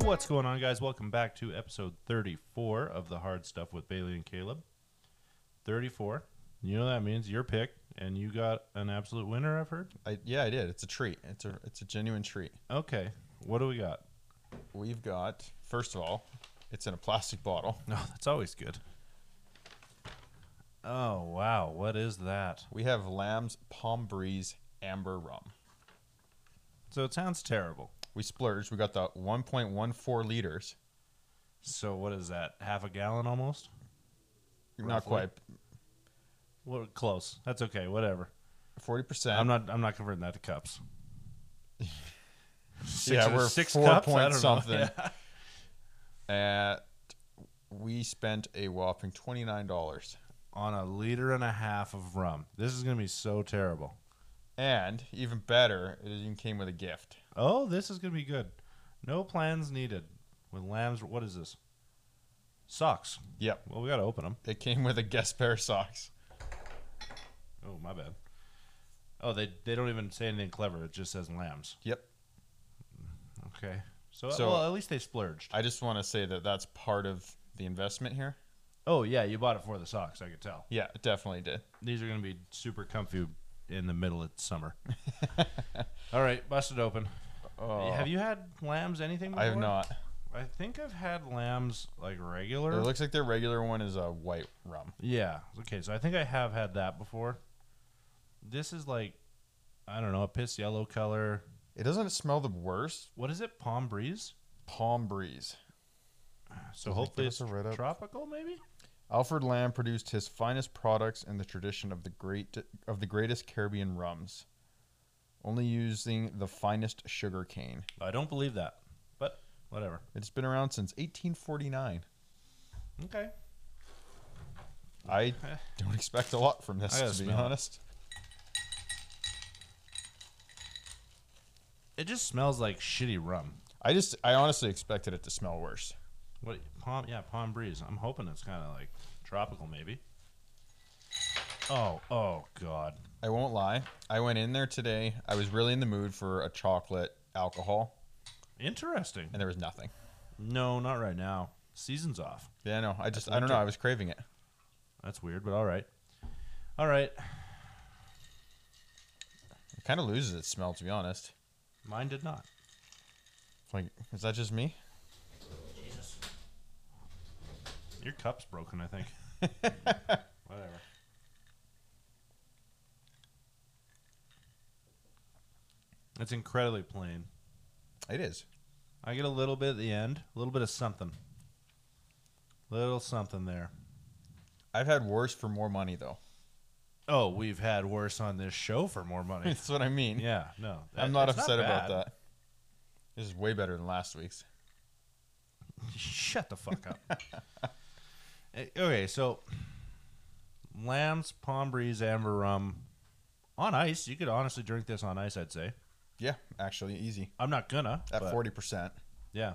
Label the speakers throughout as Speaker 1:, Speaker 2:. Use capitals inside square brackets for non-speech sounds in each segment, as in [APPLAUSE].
Speaker 1: What's going on, guys? Welcome back to episode 34 of The Hard Stuff with Bailey and Caleb. 34. You know that means your pick, and you got an absolute winner, I've heard.
Speaker 2: I, yeah, I did. It's a treat. It's a it's a genuine treat.
Speaker 1: Okay. What do we got?
Speaker 2: We've got first of all, it's in a plastic bottle.
Speaker 1: No, that's always good. Oh, wow. What is that?
Speaker 2: We have Lamb's Palm Breeze Amber Rum.
Speaker 1: So it sounds terrible.
Speaker 2: We splurged. We got the 1.14 liters.
Speaker 1: So what is that? Half a gallon almost?
Speaker 2: Not
Speaker 1: Roughly.
Speaker 2: quite
Speaker 1: Well, close. That's okay. Whatever.
Speaker 2: 40 percent.
Speaker 1: I'm not. I'm not converting that to cups. Six
Speaker 2: [LAUGHS] yeah, we're
Speaker 1: six
Speaker 2: four
Speaker 1: cups? I don't
Speaker 2: point
Speaker 1: know. [LAUGHS]
Speaker 2: something.
Speaker 1: Yeah.
Speaker 2: At we spent a whopping twenty nine dollars.
Speaker 1: on a liter and a half of rum. This is gonna be so terrible.
Speaker 2: And even better, it even came with a gift.
Speaker 1: Oh, this is gonna be good. No plans needed. With lambs, what is this? Socks.
Speaker 2: Yep.
Speaker 1: Well, we gotta open them.
Speaker 2: It came with a guest pair of socks.
Speaker 1: Oh, my bad. Oh, they they don't even say anything clever. It just says lambs.
Speaker 2: Yep.
Speaker 1: Okay. So,
Speaker 2: So-
Speaker 1: well, at least they splurged.
Speaker 2: I just want to say that that's part of the investment here.
Speaker 1: Oh yeah, you bought it for the socks. I could tell.
Speaker 2: Yeah, it definitely did.
Speaker 1: These are gonna be super comfy in the middle of
Speaker 2: [LAUGHS]
Speaker 1: summer. All right, bust it open.
Speaker 2: Oh,
Speaker 1: Have you had lambs anything? Before?
Speaker 2: I have not.
Speaker 1: I think I've had lambs like regular.
Speaker 2: It looks like their regular one is a white rum.
Speaker 1: yeah. Okay, so I think I have had that before. This is like, I don't know, a piss yellow color.
Speaker 2: It doesn't smell the worst.
Speaker 1: What is it? Palm breeze.
Speaker 2: Palm breeze.
Speaker 1: So
Speaker 2: Doesn't
Speaker 1: hopefully
Speaker 2: give us
Speaker 1: it's
Speaker 2: a red up.
Speaker 1: tropical, maybe.
Speaker 2: Alfred Lamb produced his finest products in the tradition of the great of the greatest Caribbean rums, only using the finest sugar cane.
Speaker 1: I don't believe that, but whatever.
Speaker 2: It's been around since 1849.
Speaker 1: Okay. [LAUGHS]
Speaker 2: I don't expect a lot from this,
Speaker 1: I gotta
Speaker 2: to be
Speaker 1: smell it.
Speaker 2: honest.
Speaker 1: It just smells like shitty rum.
Speaker 2: I just, I honestly expected it to smell worse.
Speaker 1: What palm? Yeah, palm breeze. I'm hoping it's kind of like tropical, maybe. Oh, oh God.
Speaker 2: I won't lie. I went in there today. I was really in the mood for a chocolate alcohol,
Speaker 1: Interesting.
Speaker 2: and there was nothing.
Speaker 1: No, not right now. Season's off.
Speaker 2: Yeah, no, I just, I
Speaker 1: winter.
Speaker 2: don't know. I was craving it.
Speaker 1: That's weird, but all right. All right.
Speaker 2: It kind of loses its smell, to be honest.
Speaker 1: Mine did not.
Speaker 2: It's Like, is that just me? [LAUGHS]
Speaker 1: Jesus. Your cup's broken, I
Speaker 2: [LAUGHS]
Speaker 1: think. Whatever. It's incredibly plain.
Speaker 2: It is.
Speaker 1: I get a little bit at the end, a little bit of something. Little something there.
Speaker 2: I've had worse for more money, though. [LAUGHS]
Speaker 1: Oh, we've had worse on this show for more
Speaker 2: [LAUGHS]
Speaker 1: money.
Speaker 2: That's what I mean.
Speaker 1: yeah, no.
Speaker 2: I'm not
Speaker 1: it's
Speaker 2: upset about
Speaker 1: bad.
Speaker 2: that. This is way better than last week's.
Speaker 1: Shut the fuck up. [LAUGHS] Eh, okay, so Lamb's Palm Breeze Amber Rum on ice. You could honestly drink this on ice, I'd say.
Speaker 2: Yeah, actually, easy.
Speaker 1: I'm not gonna.
Speaker 2: At
Speaker 1: but
Speaker 2: 40%.
Speaker 1: Yeah.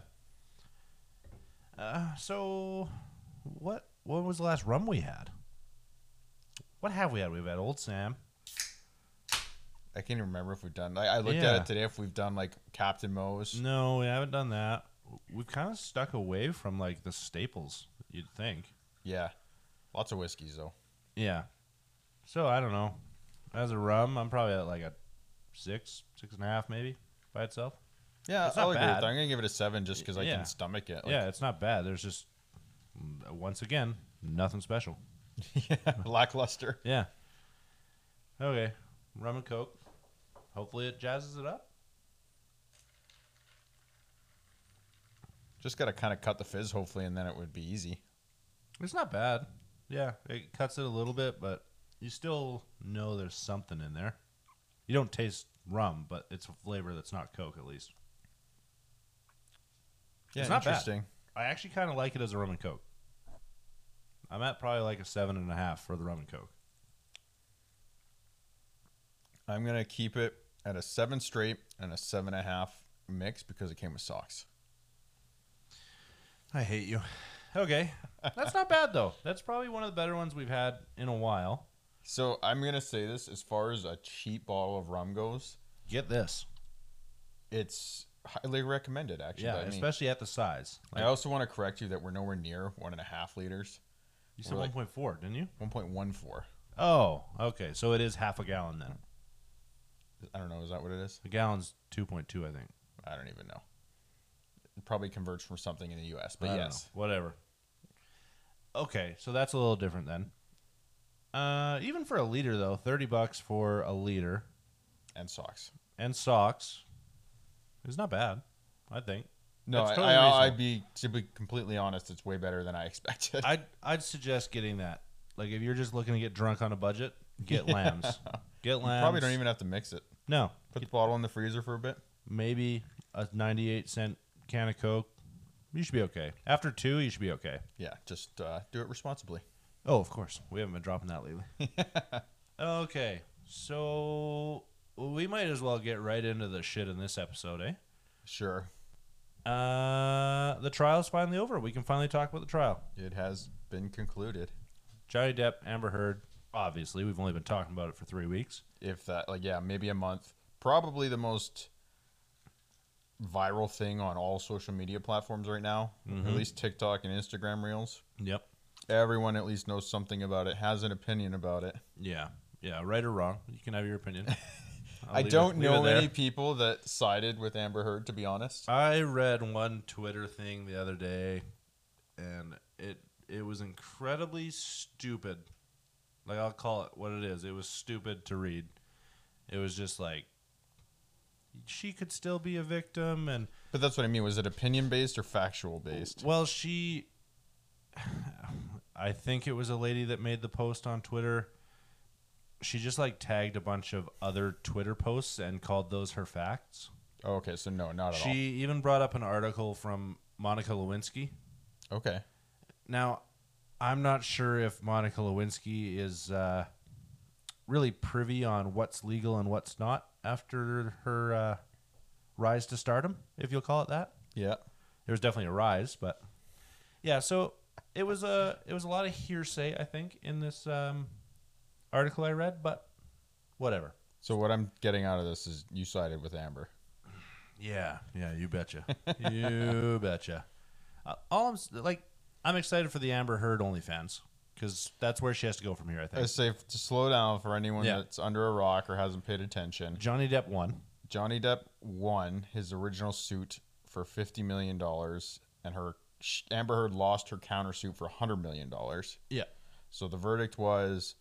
Speaker 1: Uh, so what what was the last rum we had? What have we had? We've had Old Sam.
Speaker 2: I can't even remember if we've done. I, I looked
Speaker 1: Yeah. Mm.
Speaker 2: at it today if we've done like Captain Moe's.
Speaker 1: No, we haven't done that. We've kind of stuck away from like the staples, you'd think.
Speaker 2: Yeah, lots of whiskeys though.
Speaker 1: Yeah. So I don't know. As a rum, I'm probably at like a six, six and a half, maybe by itself.
Speaker 2: Yeah,
Speaker 1: It's not
Speaker 2: I'll agree with
Speaker 1: bad.
Speaker 2: that. I'm gonna give it a seven just because I
Speaker 1: Yeah.
Speaker 2: can stomach it.
Speaker 1: yeah, it's not bad. There's just mm, once again nothing special.
Speaker 2: [LAUGHS] yeah, lackluster.
Speaker 1: Yeah. Okay, rum and coke. Hopefully it jazzes it up.
Speaker 2: Just gotta kind of cut the fizz, hopefully, and then it would be easy.
Speaker 1: It's not bad. Yeah, it cuts it a little bit, but you still know there's something in there. You don't taste rum, but it's a flavor that's not coke at least.
Speaker 2: Yeah,
Speaker 1: It's not bad.
Speaker 2: interesting.
Speaker 1: I actually kind of like it as a rum and coke. I'm at probably like a seven and a half for the rum and coke.
Speaker 2: I'm gonna keep it at a seven straight and a seven and a half mix because it came with socks.
Speaker 1: I hate you. Okay, [LAUGHS] that's not bad though. That's probably one of the better ones we've had in a while.
Speaker 2: So I'm gonna say this: as far as a cheap bottle of rum goes,
Speaker 1: Get this.
Speaker 2: it's highly recommend it. Actually,
Speaker 1: yeah,
Speaker 2: by me.
Speaker 1: especially at the size.
Speaker 2: I
Speaker 1: Like,
Speaker 2: also want to correct you that we're nowhere near one and a half liters.
Speaker 1: you said
Speaker 2: we're like-
Speaker 1: 1.4, didn't you?
Speaker 2: One point one four.
Speaker 1: Oh, okay. So it is half a gallon then.
Speaker 2: I don't know. Is that what it is?
Speaker 1: A gallon's 2.2, I think.
Speaker 2: I don't even know. It probably converts from something in the U.S.
Speaker 1: I
Speaker 2: But
Speaker 1: don't
Speaker 2: yes,
Speaker 1: know. whatever. Okay, so that's a little different then. Uh, even for a liter though, thirty bucks for a liter
Speaker 2: and socks.
Speaker 1: and socks is not bad. I think
Speaker 2: No,
Speaker 1: That's
Speaker 2: I,
Speaker 1: totally
Speaker 2: I,
Speaker 1: reasonable.
Speaker 2: I'd be to be completely honest. It's way better than I [LAUGHS] expected.
Speaker 1: I'd I'd suggest getting that. Like if you're just looking to get drunk on a budget,
Speaker 2: [LAUGHS]
Speaker 1: get lambs. Get lambs.
Speaker 2: Probably don't even have to mix it.
Speaker 1: no.
Speaker 2: Put the bottle in the freezer for a bit.
Speaker 1: Maybe a ninety-eight cent can of Coke. You should be okay. After two, you should be okay.
Speaker 2: Yeah, just uh, do it responsibly.
Speaker 1: Oh, of course. We haven't been dropping that lately. [LAUGHS] okay. So we might as well get right into the shit in this episode, eh?
Speaker 2: Sure,
Speaker 1: Uh, the trial's finally over. We can finally talk about the trial.
Speaker 2: it has been concluded.
Speaker 1: Johnny Depp, Amber Heard. Obviously, we've only been talking about it for three weeks.
Speaker 2: If that, like, yeah, maybe a month. Probably the most viral thing on all social media platforms right now, at
Speaker 1: Mm-hmm.
Speaker 2: least TikTok and Instagram Reels.
Speaker 1: Yep.
Speaker 2: Everyone at least knows something about it, has an opinion about it.
Speaker 1: Yeah. Yeah. Right or wrong, you can have your [LAUGHS] opinion. I'll
Speaker 2: I
Speaker 1: leave it-
Speaker 2: don't
Speaker 1: leave it
Speaker 2: know
Speaker 1: there.
Speaker 2: any people that sided with Amber Heard, to be honest.
Speaker 1: I read one Twitter thing the other day, and it it was incredibly stupid. Like I'll call it what it is. It was stupid to read. It was just like she could still be a victim, and
Speaker 2: But that's what I mean. Was it opinion based or factual based?
Speaker 1: well, she. [SIGHS] I think it was a lady that made the post on Twitter. She just like tagged a bunch of other Twitter posts and called those her facts.
Speaker 2: Oh, okay, so no, not at
Speaker 1: She even brought up an article from Monica Lewinsky.
Speaker 2: all. Okay.
Speaker 1: Now, I'm not sure if Monica Lewinsky is uh, really privy on what's legal and what's not after her uh, rise to stardom, if you'll call it that.
Speaker 2: Yeah.
Speaker 1: There was definitely a rise, but yeah. So it was a it was a lot of hearsay, I think, in this um, article I read, but whatever.
Speaker 2: So what I'm getting out of this is you sided with Amber.
Speaker 1: Yeah, yeah, you [LAUGHS] betcha, you betcha. Uh, all I'm s- like, I'm excited for the Amber Heard OnlyFans because that's where she has to go from here. I think.
Speaker 2: It's safe to slow down for anyone
Speaker 1: Yeah.
Speaker 2: that's under a rock or hasn't paid attention.
Speaker 1: Johnny Depp won.
Speaker 2: Johnny Depp won his original suit for fifty million dollars, and her sh- Amber Heard lost her countersuit for hundred million dollars.
Speaker 1: Yeah.
Speaker 2: So the verdict was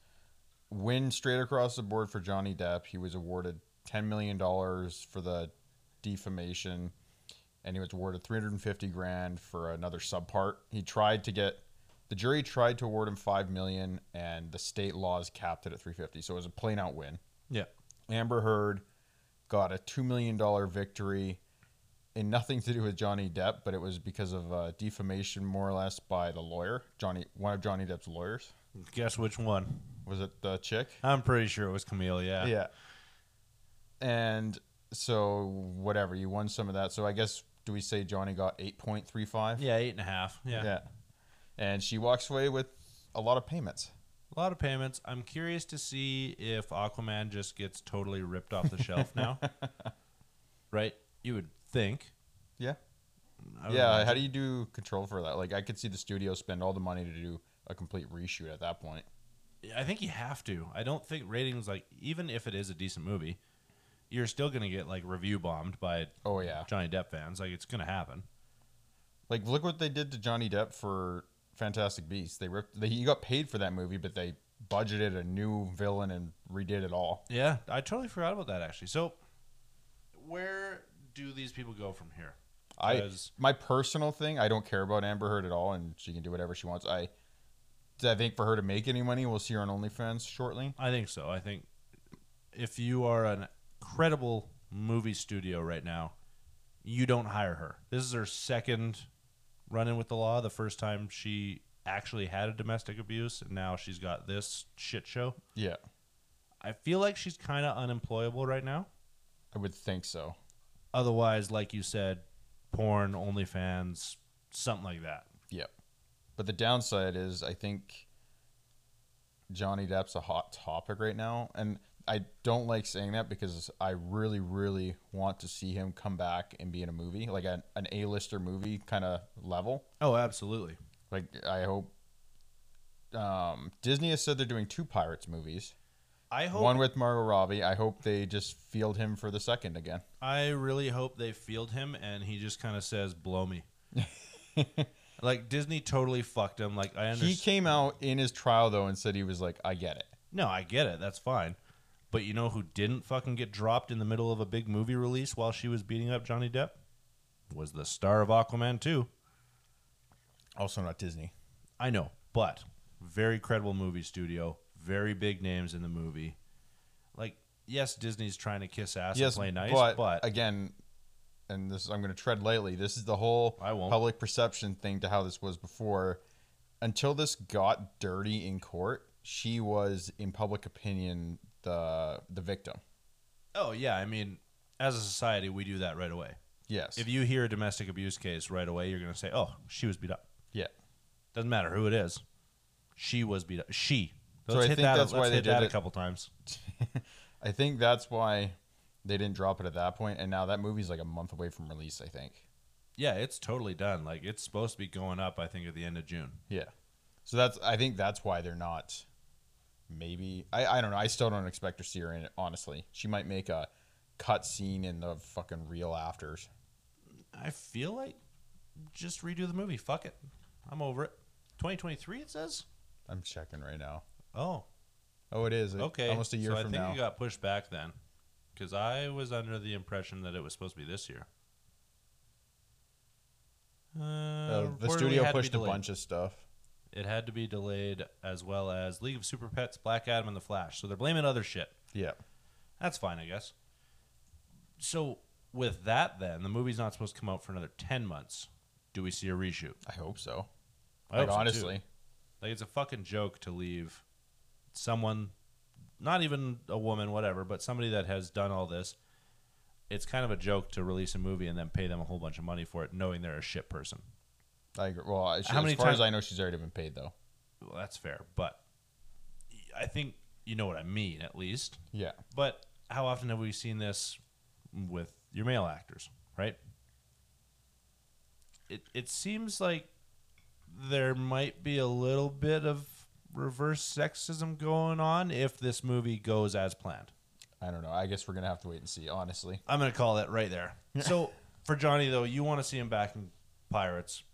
Speaker 2: win straight across the board for Johnny Depp. He was awarded ten million dollars for the defamation, and he was awarded three hundred and fifty grand for another subpart. He tried to get the jury tried to award him five million, and the state laws capped it at three fifty. So it was a plain out win.
Speaker 1: Yeah.
Speaker 2: Amber Heard got a two million dollar victory in nothing to do with Johnny Depp, but it was because of uh, defamation, more or less, by the lawyer Johnny, one of Johnny Depp's lawyers.
Speaker 1: Guess which one?
Speaker 2: Was it the chick?
Speaker 1: I'm pretty sure it was Camille. Yeah.
Speaker 2: Yeah. And so whatever you won some of that. So I guess do we say Johnny got eight point three five?
Speaker 1: Yeah, eight and a half. Yeah.
Speaker 2: Yeah. And she walks away with a lot of payments.
Speaker 1: A lot of payments. I'm curious to see if Aquaman just gets totally ripped off the [LAUGHS] shelf now. Right? You would think.
Speaker 2: Yeah.
Speaker 1: I would
Speaker 2: yeah.
Speaker 1: imagine.
Speaker 2: How do you do control for that? Like I could see the studio spend all the money to do a complete reshoot at that point.
Speaker 1: I think you have to. I don't think ratings like even if it is a decent movie, you're still gonna get like review bombed by
Speaker 2: Oh yeah.
Speaker 1: Johnny Depp fans. Like it's gonna happen.
Speaker 2: Like look what they did to Johnny Depp for Fantastic Beasts. They ripped. They, he got paid for that movie, but they budgeted a new villain and redid it all.
Speaker 1: Yeah, I totally forgot about that actually. So, where do these people go from here?
Speaker 2: I.
Speaker 1: 'Cause-
Speaker 2: my personal thing, I don't care about Amber Heard at all, and she can do whatever she wants. I, I think for her to make any money, we'll see her on OnlyFans shortly.
Speaker 1: I think so. I think if you are an credible movie studio right now, you don't hire her. This is her second run in with the law. The first time she actually had a domestic abuse, and now she's got this shit show.
Speaker 2: Yeah,
Speaker 1: I feel like she's kind of unemployable right now.
Speaker 2: I would think so.
Speaker 1: Otherwise, like you said, porn, OnlyFans, something like that.
Speaker 2: But the downside is, I think Johnny Depp's a hot topic right now, and I don't like saying that because I really, really want to see him come back and be in a movie, like an, an A-lister movie kind of level.
Speaker 1: Oh, absolutely.
Speaker 2: Like I hope um, Disney has said they're doing two Pirates movies,
Speaker 1: I hope.
Speaker 2: one with Margot Robbie. I hope they just field him for the second again. [LAUGHS]
Speaker 1: I really hope they field him and he just kind of says, "Blow me." like Disney totally fucked him. Like I
Speaker 2: He
Speaker 1: understand.
Speaker 2: came out in his trial though and said he was like, I get it.
Speaker 1: No, I get it. That's fine. But you know who didn't fucking get dropped in the middle of a big movie release while she was beating up Johnny Depp? Was the star of Aquaman 2.
Speaker 2: Also not Disney.
Speaker 1: I know, but very credible movie studio, very big names in the movie. Like, yes, Disney's trying to kiss ass and play nice, but,
Speaker 2: again, and this I'm going to tread lightly. This is the whole
Speaker 1: I won't.
Speaker 2: public perception thing to how this was before. Until this got dirty in court, she was in public opinion the the victim.
Speaker 1: oh yeah, I mean, as a society, we do that right away.
Speaker 2: Yes.
Speaker 1: If you hear a domestic abuse case right away, you're going to say, "Oh, she was beat up."
Speaker 2: Yeah.
Speaker 1: Doesn't matter who it is. She was beat up. She.
Speaker 2: So
Speaker 1: Let's
Speaker 2: I
Speaker 1: hit
Speaker 2: think
Speaker 1: that.
Speaker 2: that's
Speaker 1: Let's
Speaker 2: why they
Speaker 1: hit
Speaker 2: did
Speaker 1: that a
Speaker 2: it.
Speaker 1: couple times.
Speaker 2: I think that's why they didn't drop it at that point and now that movie's like a month away from release, I think.
Speaker 1: Yeah, it's totally done. Like it's supposed to be going up. I think at the end of June.
Speaker 2: Yeah. So that's I think that's why they're not maybe I, I don't know. I still don't expect to see her in it, honestly. She might make a cut scene in the fucking real afters.
Speaker 1: I feel like just redo the movie. Fuck it. I'm over it. 2023. It says.
Speaker 2: I'm checking right now.
Speaker 1: Oh,
Speaker 2: Oh it is. It-
Speaker 1: okay.
Speaker 2: Almost a year
Speaker 1: so I
Speaker 2: from
Speaker 1: think
Speaker 2: now.
Speaker 1: it got pushed back then, because I was under the impression that it was supposed to be this year. Uh,
Speaker 2: Uh, the
Speaker 1: reportedly
Speaker 2: studio
Speaker 1: had to be
Speaker 2: pushed a
Speaker 1: delayed.
Speaker 2: bunch of stuff.
Speaker 1: It had to be delayed, as well as League of Super Pets, Black Adam, and The Flash. So they're blaming other shit.
Speaker 2: Yeah.
Speaker 1: That's fine, I guess. So with that, then the movie's not supposed to come out for another ten months. Do we see a reshoot?
Speaker 2: I hope so.
Speaker 1: I
Speaker 2: like
Speaker 1: hope so, too.
Speaker 2: honestly.
Speaker 1: like it's a fucking joke to leave someone, not even a woman, whatever, but somebody that has done all this. It's kind of a joke to release a movie and then pay them a whole bunch of money for it, knowing they're a shit person.
Speaker 2: I agree. Well, I- she,
Speaker 1: How many
Speaker 2: as far
Speaker 1: times-
Speaker 2: as I know, she's already been paid though.
Speaker 1: Well, that's fair, but I think you know what I mean, at least.
Speaker 2: Yeah.
Speaker 1: But how often have we seen this with your male actors, right? It it seems like there might be a little bit of reverse sexism going on if this movie goes as planned.
Speaker 2: I don't know. I guess we're gonna have to wait and see. Honestly,
Speaker 1: I'm going to call that right there. so for Johnny though, you want to see him back in Pirates.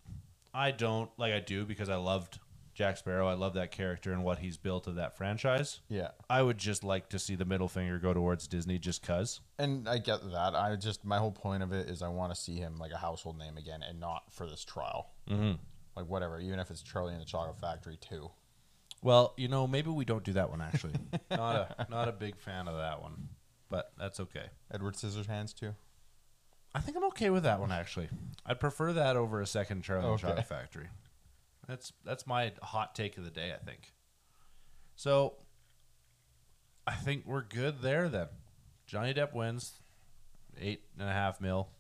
Speaker 1: I don't, like I do because I loved Jack Sparrow. I love that character and what he's built of that franchise.
Speaker 2: yeah.
Speaker 1: I would just like to see the middle finger go towards Disney just cuz.
Speaker 2: And I get that. I just my whole point of it is I want to see him like a household name again, and not for this trial.
Speaker 1: Mhm.
Speaker 2: Like whatever, even if it's Charlie and the Chocolate Factory too.
Speaker 1: Well, you know, maybe we don't do that one actually. [LAUGHS] not a not a big fan of that one, but that's okay.
Speaker 2: Edward Scissorhands too.
Speaker 1: I think I'm okay with that one actually. I'd prefer that over a second Charlie and the
Speaker 2: Okay.
Speaker 1: Chocolate Factory. That's that's my hot take of the day. I think. So, I think we're good there then. Johnny Depp wins, eight and a half mil.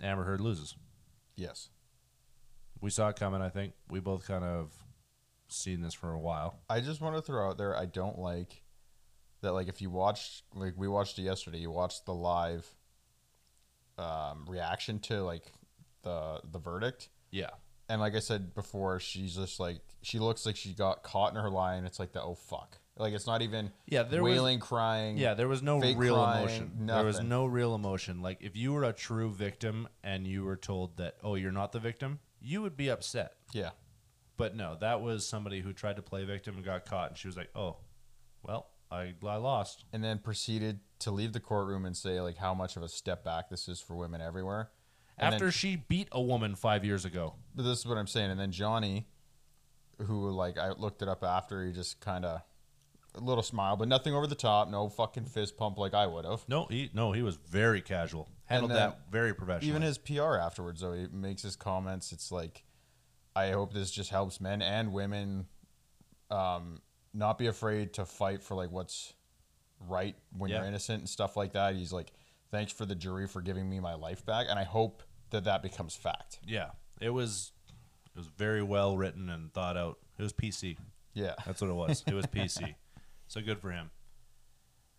Speaker 1: Amber Heard loses.
Speaker 2: Yes.
Speaker 1: We saw it coming. I think we both kind of seen this for a while.
Speaker 2: I just want to throw out there. I don't like that. Like if you watched, like we watched it yesterday. You watched the live um, reaction to like the the verdict.
Speaker 1: Yeah.
Speaker 2: and like I said before, she's just like she looks like she got caught in her lie, and it's like the oh fuck, like it's not even
Speaker 1: Yeah, there was
Speaker 2: wailing, crying.
Speaker 1: Yeah, there was no
Speaker 2: fake
Speaker 1: real
Speaker 2: crying,
Speaker 1: emotion. There was
Speaker 2: nothing.
Speaker 1: no real emotion. Like if you were a true victim and you were told that, oh, you're not the victim, you would be upset.
Speaker 2: yeah,
Speaker 1: But no, that was somebody who tried to play victim and got caught, and she was like, oh, well, I, I lost.
Speaker 2: and then proceeded to leave the courtroom and say like how much of a step back this is for women everywhere. And
Speaker 1: After
Speaker 2: then-
Speaker 1: she beat a woman five years ago.
Speaker 2: but this is what I'm saying, and then Johnny, who like I looked it up after, he just kind of a little smile, but nothing over the top, no fucking fist pump like I would have.
Speaker 1: No, he no, he was very casual. Handled
Speaker 2: And then
Speaker 1: that very professionally.
Speaker 2: even his PR afterwards, though, he makes his comments. It's like, I hope this just helps men and women um, not be afraid to fight for like what's right when you're
Speaker 1: Yeah.
Speaker 2: innocent and stuff like that. He's like, thanks for the jury for giving me my life back, and I hope that that becomes fact.
Speaker 1: yeah, it was it was very well written and thought out. It was PC.
Speaker 2: Yeah,
Speaker 1: That's what it was. It was PC. So good for him.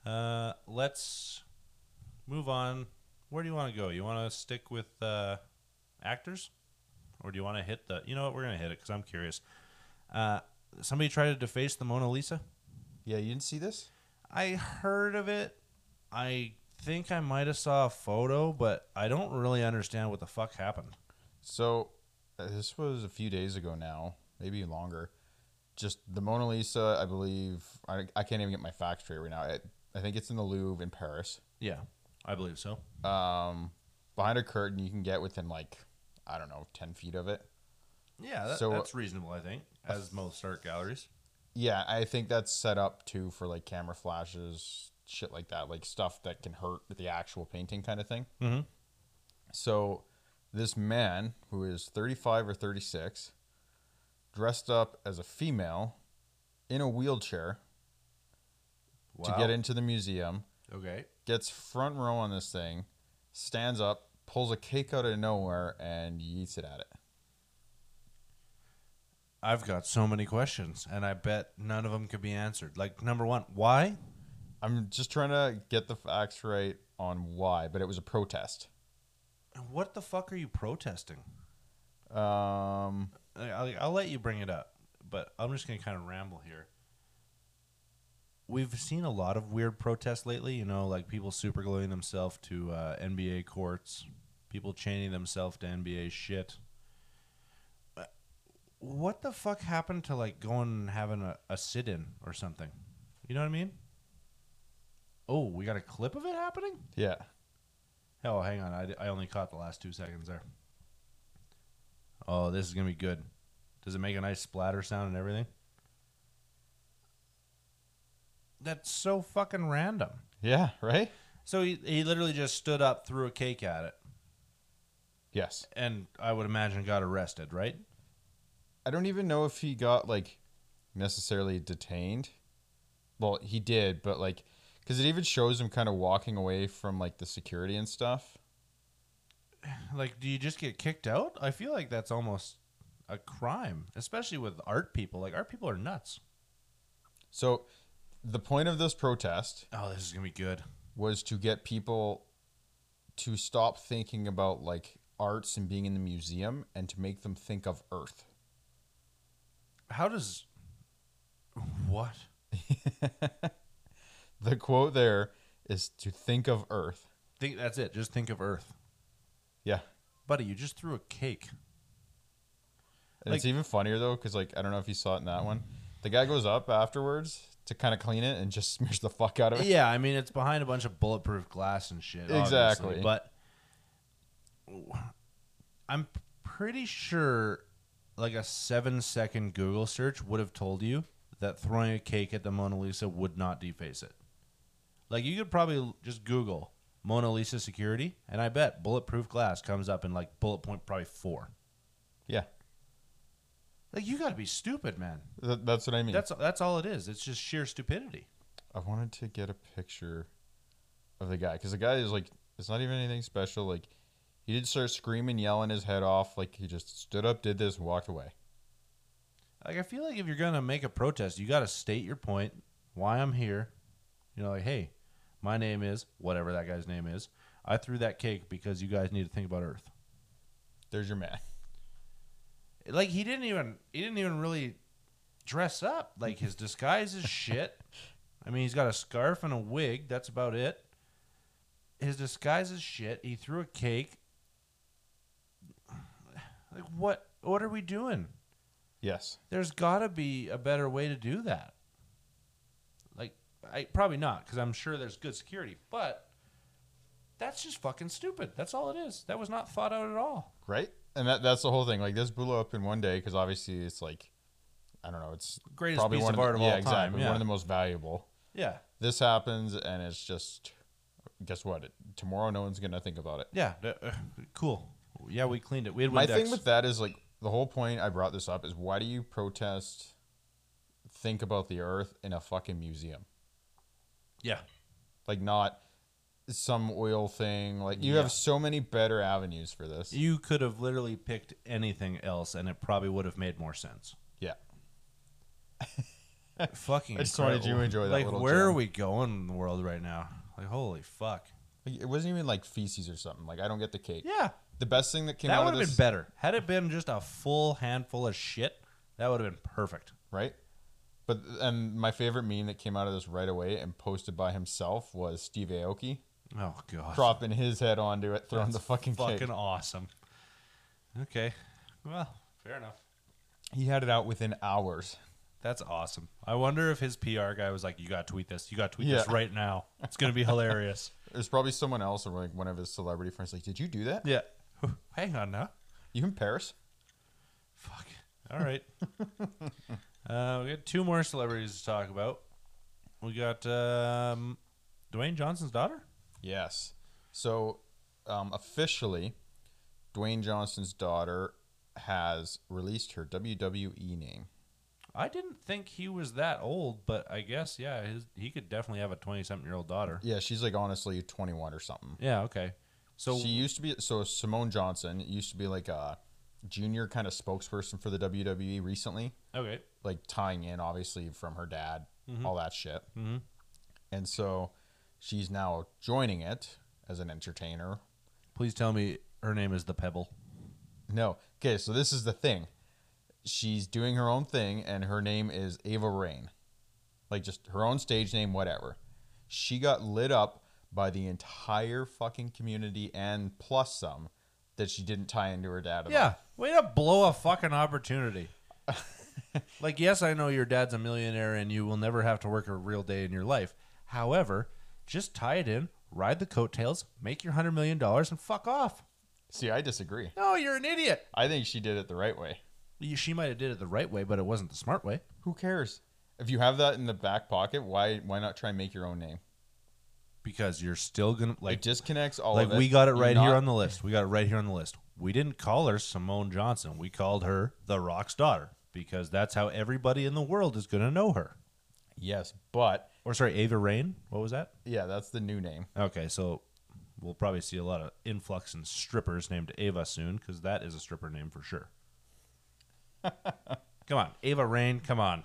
Speaker 1: Uh, let's move on. Where do you want to go? You want to stick with uh, actors, or do you want to hit the? You know what? We're gonna hit it because I'm curious. Uh, somebody tried to deface the Mona Lisa.
Speaker 2: Yeah, you didn't see this?
Speaker 1: I heard of it. I think I might have saw a photo, but I don't really understand what the fuck happened.
Speaker 2: So uh, this was a few days ago now, maybe longer. Just the Mona Lisa, I believe. I, I can't even get my facts straight right now. I, I think it's in the Louvre in Paris.
Speaker 1: Yeah, I believe so.
Speaker 2: Um, behind a curtain, you can get within like I don't know, ten feet of it.
Speaker 1: Yeah, that,
Speaker 2: So- uh,
Speaker 1: that's reasonable, I think, as most art galleries.
Speaker 2: Yeah, I think that's set up too for like camera flashes, shit like that, like stuff that can hurt the actual painting kind of thing.
Speaker 1: Mhm.
Speaker 2: So, this man who is 35 or 36, dressed up as a female in a wheelchair to get into the museum,
Speaker 1: Okay.
Speaker 2: gets front row on this thing, stands up, pulls a cake out of nowhere, and yeets it at it.
Speaker 1: I've got so many questions, and I bet none of them could be answered. Like, number one, why?
Speaker 2: I'm just trying to get the facts right on why, but it was a protest.
Speaker 1: What the fuck are you protesting?
Speaker 2: Um,
Speaker 1: I- I'll, I'll let you bring it up, but I'm just going to kind of ramble here. We've seen a lot of weird protests lately, you know, like people super gluing themselves to uh, NBA courts, people chaining themselves to NBA shit. Uh, What the fuck happened to like going and having a, a sit in or something? You know what I mean? Oh, we got a clip of it happening?
Speaker 2: yeah.
Speaker 1: Oh, hang on. I, I only caught the last two seconds there. Oh, this is going to be good. Does it make a nice splatter sound and everything? That's so fucking random.
Speaker 2: Yeah, right?
Speaker 1: So he, he literally just stood up, threw a cake at it,
Speaker 2: Yes.
Speaker 1: and I would imagine got arrested, right?
Speaker 2: I don't even know if he got like necessarily detained. Well, he did, but like cuz it even shows him kind of walking away from like the security and stuff.
Speaker 1: Like, do you just get kicked out? I feel like that's almost a crime, especially with art people. Like, art people are nuts.
Speaker 2: So the point of this protest
Speaker 1: Oh, this is going to be good.
Speaker 2: was to get people to stop thinking about like arts and being in the museum and to make them think of earth.
Speaker 1: How does. What?
Speaker 2: [LAUGHS] The quote there is to think of earth.
Speaker 1: Think that's it. Just think of Earth.
Speaker 2: Yeah.
Speaker 1: Buddy, you just threw a cake.
Speaker 2: And it's
Speaker 1: Like-
Speaker 2: even funnier though, because like I don't know if you saw it in that one. The guy goes up afterwards to kind of clean it and just [LAUGHS] smears the fuck out of it.
Speaker 1: Yeah, I mean it's behind a bunch of bulletproof glass and shit. obviously,
Speaker 2: Exactly.
Speaker 1: But I'm pretty sure like a seven second Google search would have told you that throwing a cake at the Mona Lisa would not deface it. Like you could probably just Google Mona Lisa security, and I bet bulletproof glass comes up in like bullet point probably four.
Speaker 2: Yeah,
Speaker 1: Like you got to be stupid, man.
Speaker 2: Th- that's what I mean.
Speaker 1: That's that's all it is. It's just sheer stupidity.
Speaker 2: I wanted to get a picture of the guy because the guy is like, it's not even anything special. Like, he didn't start screaming, yelling his head off. Like he just stood up, did this, and walked away.
Speaker 1: Like I feel like if you're gonna make a protest, you gotta state your point, why I'm here. You know, like, hey, my name is whatever that guy's name is. I threw that cake because you guys need to think about Earth.
Speaker 2: There's your man. [LAUGHS]
Speaker 1: Like he didn't even he didn't even really dress up. Like his disguise is shit. I mean, he's got a scarf and a wig. That's about it. His disguise is shit. He threw a cake. Like what? What are we doing?
Speaker 2: Yes,
Speaker 1: there's got to be a better way to do that. Like, I probably not because I'm sure there's good security, but that's just fucking stupid. That's all it is. That was not thought out at all.
Speaker 2: right. And that that's the whole thing. Like this blew up in one day because obviously it's like, I don't know, it's
Speaker 1: Greatest
Speaker 2: probably
Speaker 1: piece
Speaker 2: one
Speaker 1: of
Speaker 2: the-
Speaker 1: art of
Speaker 2: yeah,
Speaker 1: all time.
Speaker 2: One
Speaker 1: Yeah.
Speaker 2: of the most valuable.
Speaker 1: yeah,
Speaker 2: this happens and it's just guess what tomorrow no one's gonna think about it
Speaker 1: yeah, d- uh, cool. Yeah, we cleaned it. We had
Speaker 2: my
Speaker 1: Windex.
Speaker 2: thing with that is like the whole point i brought this up is why do you protest think about the earth in a fucking museum
Speaker 1: yeah,
Speaker 2: like not some oil thing like you
Speaker 1: Yeah.
Speaker 2: have so many better avenues for this
Speaker 1: you could have literally picked anything else, and it probably would have made more sense.
Speaker 2: yeah
Speaker 1: [LAUGHS] Fucking.
Speaker 2: I just wanted
Speaker 1: incredible.
Speaker 2: you to enjoy that
Speaker 1: Like,
Speaker 2: little
Speaker 1: where are
Speaker 2: gem.
Speaker 1: we going in the world right now? Like, holy fuck.
Speaker 2: Like, it wasn't even like feces or something. Like I don't get the cake.
Speaker 1: Yeah,
Speaker 2: The best thing that came
Speaker 1: that
Speaker 2: out
Speaker 1: would
Speaker 2: of
Speaker 1: have
Speaker 2: this,
Speaker 1: been better. Had it been just a full handful of shit, that would have been perfect.
Speaker 2: right? But and my favorite meme that came out of this right away and posted by himself was Steve Aoki
Speaker 1: Oh god.
Speaker 2: dropping his head onto it, [LAUGHS] throwing
Speaker 1: That's
Speaker 2: the fucking,
Speaker 1: fucking
Speaker 2: cake.
Speaker 1: awesome. Okay. Well, fair enough.
Speaker 2: He had it out within hours.
Speaker 1: That's awesome. I wonder if his PR guy was like, "You got to tweet this. You got to tweet this
Speaker 2: Yeah.
Speaker 1: right now. It's gonna
Speaker 2: [LAUGHS]
Speaker 1: be hilarious."
Speaker 2: There's probably someone else or like one of his celebrity friends like, "Did you do that?
Speaker 1: yeah. Hang on now.
Speaker 2: You in Paris?"
Speaker 1: Fuck. All
Speaker 2: [LAUGHS]
Speaker 1: right. uh, we got two more celebrities to talk about. We got um, Dwayne Johnson's daughter.
Speaker 2: Yes. So, um, officially, Dwayne Johnson's daughter has released her WWE name.
Speaker 1: I didn't think he was that old, but I guess yeah, his, he could definitely have a twenty-something-year-old daughter.
Speaker 2: Yeah, she's like honestly 21 or something.
Speaker 1: Yeah. Okay. So
Speaker 2: she used to be so Simone Johnson used to be like a junior kind of spokesperson for the WWE recently,
Speaker 1: okay.
Speaker 2: like tying in obviously from her dad,
Speaker 1: Mhm.
Speaker 2: all that shit.
Speaker 1: hmm
Speaker 2: And so she's now joining it as an entertainer.
Speaker 1: Please tell me her name is the Pebble.
Speaker 2: No. Okay, so this is the thing. She's doing her own thing and her name is Ava Rain. Like just her own stage name whatever. She got lit up by the entire fucking community and plus some that she didn't tie into her dad at all.
Speaker 1: Yeah, way to blow a fucking opportunity. [LAUGHS] like, yes, I know your dad's a millionaire and you will never have to work a real day in your life. However, just tie it in, ride the coattails, make your $100 million, and fuck off.
Speaker 2: See, I disagree.
Speaker 1: No, you're an idiot.
Speaker 2: I think she did it the right way.
Speaker 1: You- She might have did it the right way, but it wasn't the smart way.
Speaker 2: Who cares? If you have that in the back pocket, why why not try and make your own name?
Speaker 1: Because you're still going to,
Speaker 2: it
Speaker 1: like,
Speaker 2: disconnects all
Speaker 1: like
Speaker 2: of it.
Speaker 1: we got it
Speaker 2: You're
Speaker 1: right
Speaker 2: not-
Speaker 1: here on the list. We got it right here on the list. We didn't call her Simone Johnson. We called her The Rock's daughter because that's how everybody in the world is going to know her.
Speaker 2: Yes, but
Speaker 1: Or, sorry, Ava Rain. What was that?
Speaker 2: yeah, that's the new name.
Speaker 1: Okay, so we'll probably see a lot of influx in strippers named Ava soon because that is a stripper name for
Speaker 2: [LAUGHS]
Speaker 1: sure. come on, Ava Rain, come on.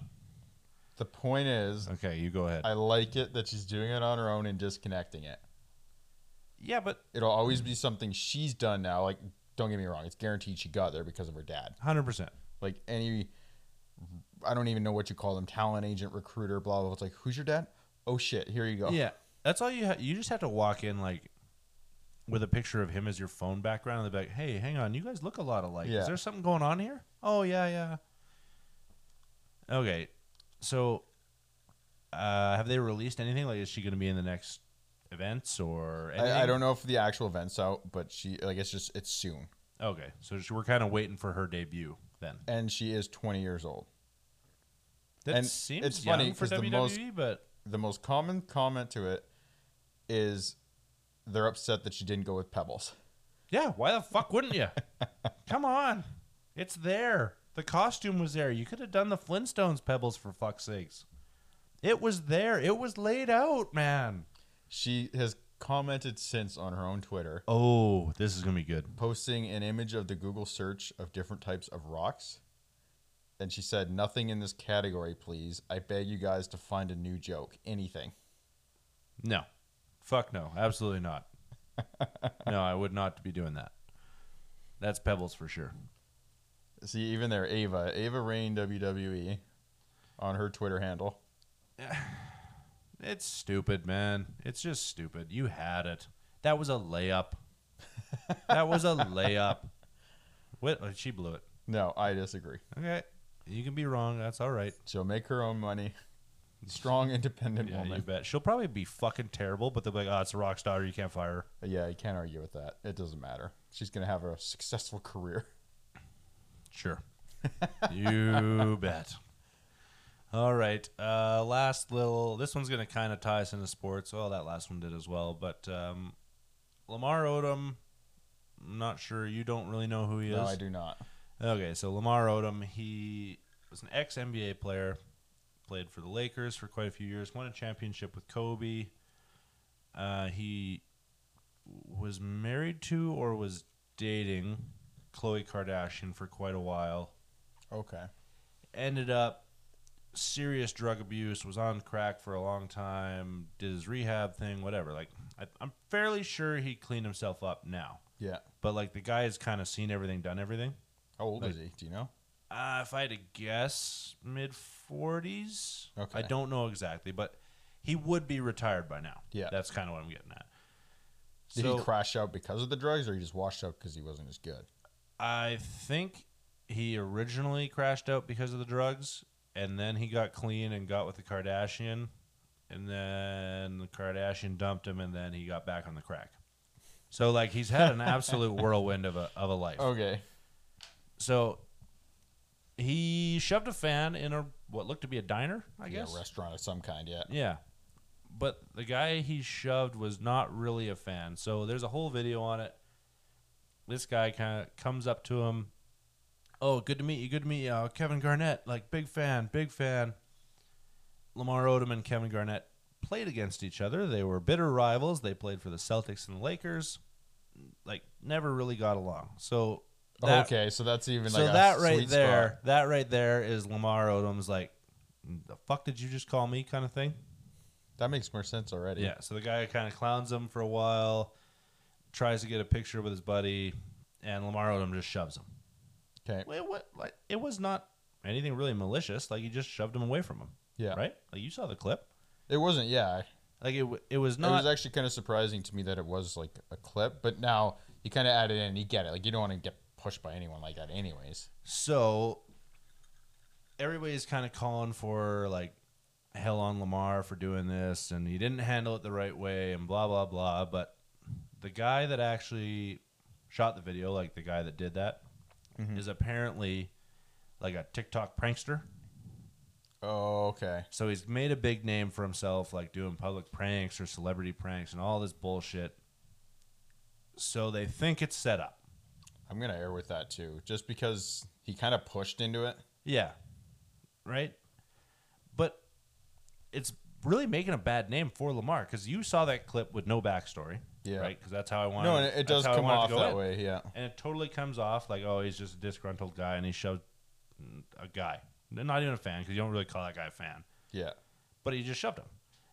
Speaker 2: The point is
Speaker 1: Okay, you go ahead.
Speaker 2: I like it that she's doing it on her own and disconnecting it.
Speaker 1: yeah, but
Speaker 2: It'll always be something she's done now. Like, don't get me wrong, it's guaranteed she got there because of her dad.
Speaker 1: 100%.
Speaker 2: Like any, I don't even know what you call them, talent agent, recruiter, blah blah. blah. It's like, who's your dad? Oh shit, here you go.
Speaker 1: Yeah, that's all you ha- You just have to walk in like with a picture of him as your phone background and they'll be like, hey, hang on, you guys look a lot alike.
Speaker 2: Yeah.
Speaker 1: Is there something going on here? Oh, yeah, yeah. Okay, so uh, have they released anything? Like, is she going to be in the next events or anything?
Speaker 2: I, I don't know if the actual event's out, but she like it's just it's soon,
Speaker 1: Okay, so sh- we're kind of waiting for her debut then.
Speaker 2: and she is 20 years old.
Speaker 1: That
Speaker 2: And
Speaker 1: seems
Speaker 2: it's
Speaker 1: young
Speaker 2: funny
Speaker 1: for
Speaker 2: 'cause the
Speaker 1: WWE,
Speaker 2: most-
Speaker 1: but
Speaker 2: The most common comment to it is they're upset that she didn't go with Pebbles.
Speaker 1: yeah, why the fuck wouldn't you? [LAUGHS] Come on, it's there. The costume was there. You could have done the Flintstones pebbles for fuck's sakes. It was there. It was laid out, man.
Speaker 2: She has commented since on her own Twitter,
Speaker 1: Oh, this is gonna be good.
Speaker 2: posting an image of the Google search of different types of rocks. And she said, "Nothing in this category, please. I beg you guys to find a new joke, anything."
Speaker 1: No, fuck no, absolutely [LAUGHS] not. no, I would not be doing that. That's pebbles for sure.
Speaker 2: See, even there, Ava, Ava Rain WWE, on her Twitter handle.
Speaker 1: It's stupid, man. It's just stupid. You had it. That was a layup. that was a [LAUGHS] layup. What? oh, she blew it.
Speaker 2: No, I disagree.
Speaker 1: Okay. You can be wrong. That's all right.
Speaker 2: She'll make her own money. Strong, independent
Speaker 1: Yeah, you
Speaker 2: woman.
Speaker 1: bet. She'll probably be fucking terrible, but they'll be like, oh, it's a rock star. You can't fire her.
Speaker 2: Yeah, you can't argue with that. It doesn't matter. She's gonna have a successful career.
Speaker 1: Sure. [LAUGHS] you bet. All right. Uh, last little. This one's going to kind of tie us into sports. Well, that last one did as well. But um, Lamar Odom, I'm not sure. You don't really know who he
Speaker 2: No,
Speaker 1: is.
Speaker 2: I do not.
Speaker 1: Okay, so Lamar Odom, he was an ex NBA player, played for the Lakers for quite a few years, won a championship with Kobe. Uh, he was married to or was dating Khloe Kardashian for quite a while.
Speaker 2: Okay.
Speaker 1: Ended up serious drug abuse, was on crack for a long time, did his rehab thing, whatever. Like, I, I'm fairly sure he cleaned himself up now.
Speaker 2: Yeah.
Speaker 1: But, like, the guy has kind of seen everything, done everything.
Speaker 2: How old
Speaker 1: Like-
Speaker 2: is he? Do you know?
Speaker 1: Uh, if I had to guess, mid 40s.
Speaker 2: Okay.
Speaker 1: I don't know exactly, but he would be retired by now.
Speaker 2: Yeah.
Speaker 1: That's kind of what I'm getting at.
Speaker 2: Did
Speaker 1: so
Speaker 2: he crash out because of the drugs, or he just washed out because he wasn't as good?
Speaker 1: I think he originally crashed out because of the drugs, and then he got clean and got with the Kardashian, and then the Kardashian dumped him, and then he got back on the crack. So like he's had an
Speaker 2: [LAUGHS]
Speaker 1: absolute whirlwind of a of a life.
Speaker 2: Okay.
Speaker 1: So he shoved a fan in a what looked to be a diner, I guess.
Speaker 2: Yeah, restaurant of some kind. Yeah.
Speaker 1: Yeah. But the guy he shoved was not really a fan. So there's a whole video on it. This guy kind of comes up to him. Oh, good to meet you. Good to meet you. Uh, Kevin Garnett, like, big fan, big fan. Lamar Odom and Kevin Garnett played against each other. They were bitter rivals. They played for the Celtics and the Lakers. Like, never really got along. So, that,
Speaker 2: okay, so that's even
Speaker 1: so
Speaker 2: like a
Speaker 1: that right
Speaker 2: sweet
Speaker 1: there,
Speaker 2: spot.
Speaker 1: that right there is Lamar Odom's like, the fuck did you just call me kind of thing.
Speaker 2: That makes more sense already.
Speaker 1: Yeah, so the guy kind of clowns him for a while, tries to get a picture with his buddy, and Lamar Odom just shoves him.
Speaker 2: Okay.
Speaker 1: It, wa- like, it was not anything really malicious. Like, he just shoved him away from him,
Speaker 2: Yeah.
Speaker 1: right? Like, you saw the clip.
Speaker 2: It wasn't. Yeah.
Speaker 1: Like, it, w- it was
Speaker 2: it
Speaker 1: not.
Speaker 2: was actually kind of surprising to me that it was like a clip, but now you kind of add it in, you get it. Like you don't want to get pushed by anyone like that, anyways.
Speaker 1: so, everybody's kind of calling for, like, hell on Lamar for doing this, and he didn't handle it the right way, and blah, blah, blah. But the guy that actually shot the video, like, the guy that did that, is apparently like a TikTok prankster.
Speaker 2: Oh, okay.
Speaker 1: So he's made a big name for himself, like doing public pranks or celebrity pranks and all this bullshit. So they think it's set up.
Speaker 2: I'm gonna air with that too, just because he kind of pushed into it.
Speaker 1: Yeah. Right? But it's really making a bad name for Lamar because you saw that clip with no backstory.
Speaker 2: Yeah.
Speaker 1: Right? Because that's how I wanted
Speaker 2: No, and it, it
Speaker 1: that's
Speaker 2: does
Speaker 1: how I
Speaker 2: come
Speaker 1: wanted to
Speaker 2: off
Speaker 1: go
Speaker 2: that
Speaker 1: in.
Speaker 2: way. Yeah.
Speaker 1: And it totally comes off like, oh, he's just a disgruntled guy and he shoved a guy. Not even a fan because you don't really call that guy a fan.
Speaker 2: Yeah.
Speaker 1: but he just shoved him.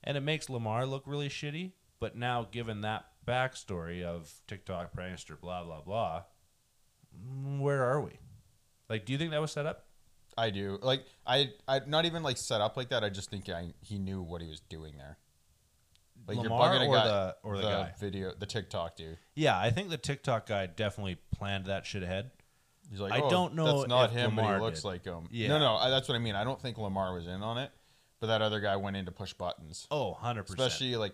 Speaker 1: And it makes Lamar look really shitty. But now, given that backstory of TikTok prankster, blah, blah, blah, mm, where are we? Like, do you think that was set up?
Speaker 2: I do. Like I, I not even like set up like that. I just think I, he knew what he was doing there. Like
Speaker 1: Lamar
Speaker 2: bugging a
Speaker 1: or
Speaker 2: guy-
Speaker 1: the- or the guy?
Speaker 2: video, the TikTok dude.
Speaker 1: Yeah, I think the TikTok guy definitely planned that shit ahead.
Speaker 2: He's like,
Speaker 1: I
Speaker 2: "Oh,
Speaker 1: don't know
Speaker 2: That's not
Speaker 1: if
Speaker 2: him, but
Speaker 1: Lamar
Speaker 2: he looks
Speaker 1: did."
Speaker 2: like him.
Speaker 1: Yeah.
Speaker 2: No, no, I, that's what I mean. I don't think Lamar was in on it, but that other guy went in to push buttons.
Speaker 1: Oh, 100%.
Speaker 2: Especially like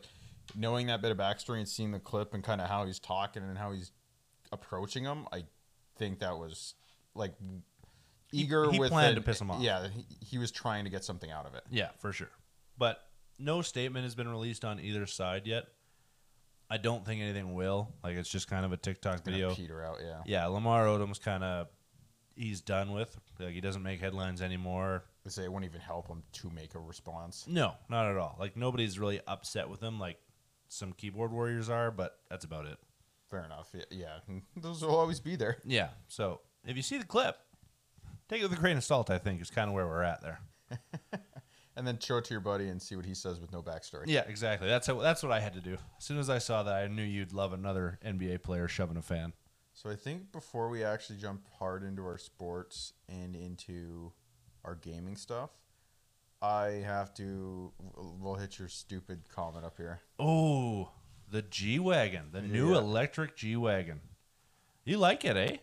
Speaker 2: knowing that bit of backstory and seeing the clip and kind of how he's talking and how he's approaching him. I think that was like eager
Speaker 1: he
Speaker 2: with
Speaker 1: planned
Speaker 2: an-
Speaker 1: to piss him off.
Speaker 2: Yeah, he, he was trying to get something out of it.
Speaker 1: Yeah, for sure. But no statement has been released on either side yet. I don't think anything will. Like, it's just kind of a TikTok
Speaker 2: Gonna
Speaker 1: video.
Speaker 2: peter out. Yeah,
Speaker 1: Yeah, Lamar Odom's kind of, he's done with. Like, he doesn't make headlines anymore.
Speaker 2: they say it won't even help him to make a response.
Speaker 1: No, not at all. Like nobody's really upset with him. Like some keyboard warriors are, but that's about it.
Speaker 2: Fair enough. Yeah, yeah. [LAUGHS] those will always be there.
Speaker 1: Yeah. So if you see the clip, take it with a grain of salt. I think is kind of where we're at there.
Speaker 2: And then show it to your buddy and see what he says with no backstory.
Speaker 1: Yeah, exactly. That's how, that's what I had to do. As soon as I saw that, I knew you'd love another NBA player shoving a fan.
Speaker 2: So I think before we actually jump hard into our sports and into our gaming stuff, I have to. We'll hit your stupid comment up here.
Speaker 1: Oh, the G wagon, the new
Speaker 2: Yeah.
Speaker 1: electric G wagon. You like it, eh?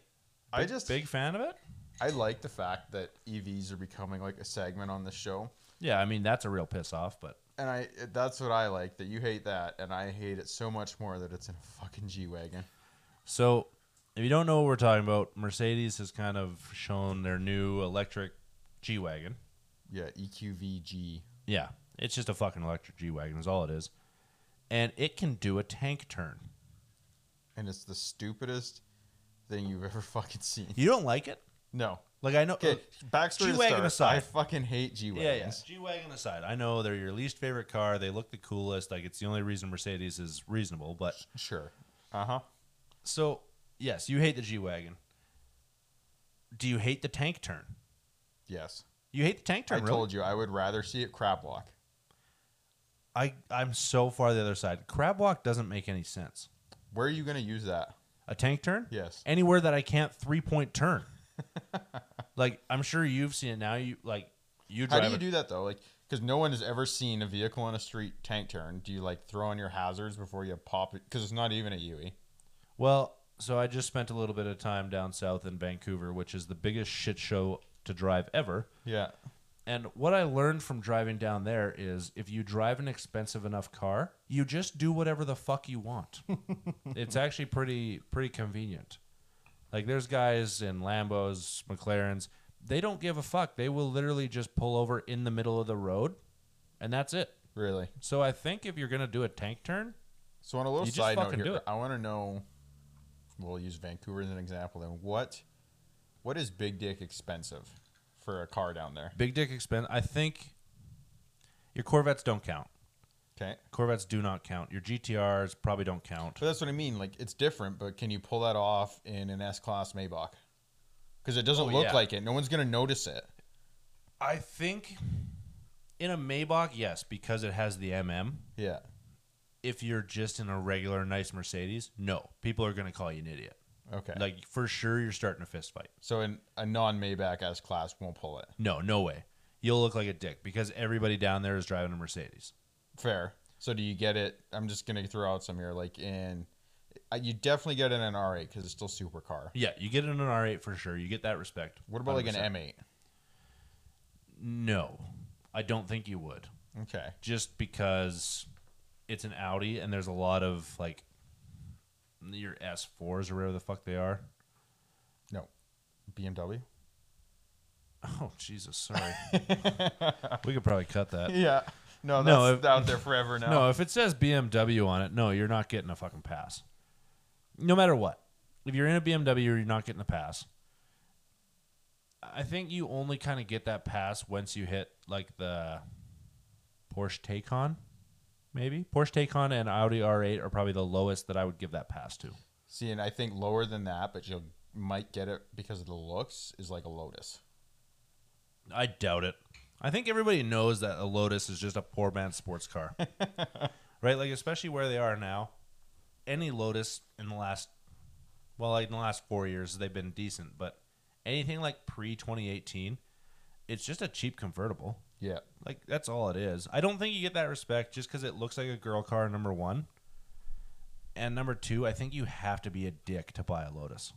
Speaker 2: I
Speaker 1: Big-
Speaker 2: just-
Speaker 1: big fan of it.
Speaker 2: I like the fact that EVs are becoming like a segment on the show,
Speaker 1: Yeah, I mean that's a real piss off, but
Speaker 2: and I that's what I like that you hate that, and I hate it so much more that it's in a fucking G wagon.
Speaker 1: So, if you don't know what we're talking about, Mercedes has kind of shown their new electric G Wagon.
Speaker 2: Yeah, E EQVG.
Speaker 1: Yeah, it's just a fucking electric G Wagon, is all it is. And it can do a tank turn.
Speaker 2: and it's the stupidest thing you've ever [LAUGHS] fucking seen.
Speaker 1: You don't like it?
Speaker 2: No.
Speaker 1: Like, I know.
Speaker 2: Okay, backstory.
Speaker 1: Uh, G-Wagon
Speaker 2: G-Wagon
Speaker 1: aside.
Speaker 2: I fucking hate G
Speaker 1: yeah, yeah.
Speaker 2: wagons.
Speaker 1: G Wagon aside, I know they're your least favorite car. They look the coolest. Like, it's the only reason Mercedes is reasonable. But
Speaker 2: Sure. Uh huh.
Speaker 1: so, yes, you hate the G Wagon. Do you hate the tank turn?
Speaker 2: Yes.
Speaker 1: You hate the tank
Speaker 2: I
Speaker 1: turn, really?
Speaker 2: told you I would rather see it crab walk.
Speaker 1: I I'm so far the other side. Crab walk doesn't make any sense.
Speaker 2: Where are you going to use that?
Speaker 1: A tank turn?
Speaker 2: Yes.
Speaker 1: Anywhere that I can't three point turn. [LAUGHS] like I'm sure you've seen it now. You like you
Speaker 2: How
Speaker 1: drive
Speaker 2: do you
Speaker 1: it.
Speaker 2: do that though? Like, because no one has ever seen a vehicle on a street tank turn. Do you like throw on your hazards before you pop it? Because it's not even a E. UE.
Speaker 1: Well, so I just spent a little bit of time down south in Vancouver, which is the biggest shit show to drive ever.
Speaker 2: Yeah.
Speaker 1: And what I learned from driving down there is if you drive an expensive enough car, you just do whatever the fuck you want. it's actually pretty pretty convenient. Like there's guys in Lambos, McLarens, they don't give a fuck. They will literally just pull over in the middle of the road and that's it.
Speaker 2: Really.
Speaker 1: So I think if you're going to do a tank turn,
Speaker 2: So on a little
Speaker 1: You just
Speaker 2: side note
Speaker 1: fucking do
Speaker 2: here,
Speaker 1: it.
Speaker 2: I want to know. We'll use Vancouver as an example. Then what? What is big dick expensive for a car down there?
Speaker 1: big dick expense, I think your Corvettes don't count.
Speaker 2: Okay,
Speaker 1: Corvettes do not count. Your GTRs probably don't count.
Speaker 2: but that's what I mean. Like it's different, but can you pull that off in an S class Maybach? Because it doesn't
Speaker 1: Oh,
Speaker 2: look
Speaker 1: yeah.
Speaker 2: like it. No one's gonna notice it.
Speaker 1: I think in a Maybach, yes, because it has the MM.
Speaker 2: Yeah.
Speaker 1: If you're just in a regular nice Mercedes, no, people are going to call you an idiot.
Speaker 2: Okay.
Speaker 1: Like for sure, you're starting a fist fight.
Speaker 2: so in a non Maybach S class won't pull it.
Speaker 1: No, no way. You'll look like a dick because everybody down there is driving a Mercedes.
Speaker 2: Fair. So do you get it? I'm just gonna throw out some here. Like in, uh, you definitely get it in an R8 because it's still supercar.
Speaker 1: Yeah, you get in an R8 for sure. You get that respect.
Speaker 2: What about like an
Speaker 1: 100%.
Speaker 2: M8?
Speaker 1: No, I don't think you would.
Speaker 2: Okay.
Speaker 1: Just because it's an Audi and there's a lot of like your S4s or whatever the fuck they are.
Speaker 2: No. BMW.
Speaker 1: Oh Jesus, sorry. we could probably cut that.
Speaker 2: [LAUGHS] Yeah. No, that's
Speaker 1: Uh, No, if-
Speaker 2: out there forever
Speaker 1: [LAUGHS]
Speaker 2: now.
Speaker 1: No, if it says BMW on it, no, you're not getting a fucking pass. No matter what. If you're in a BMW, you're not getting a pass. I think you only kind of get that pass once you hit like the Porsche Taycan, maybe. Porsche Taycan and Audi R8 are probably the lowest that I would give that pass to.
Speaker 2: See, and I think lower than that, but you might get it because of the looks, is like a Lotus.
Speaker 1: I doubt it. I think everybody knows that a Lotus is just a poor man's sports car. right? Like especially where they are now. Any Lotus in the last well, like in the last 4 years they've been decent, but anything like pre-2018, it's just a cheap convertible.
Speaker 2: Yeah.
Speaker 1: Like that's all it is. I don't think you get that respect just cuz it looks like a girl car number 1. And number 2, I think you have to be a dick to buy a Lotus.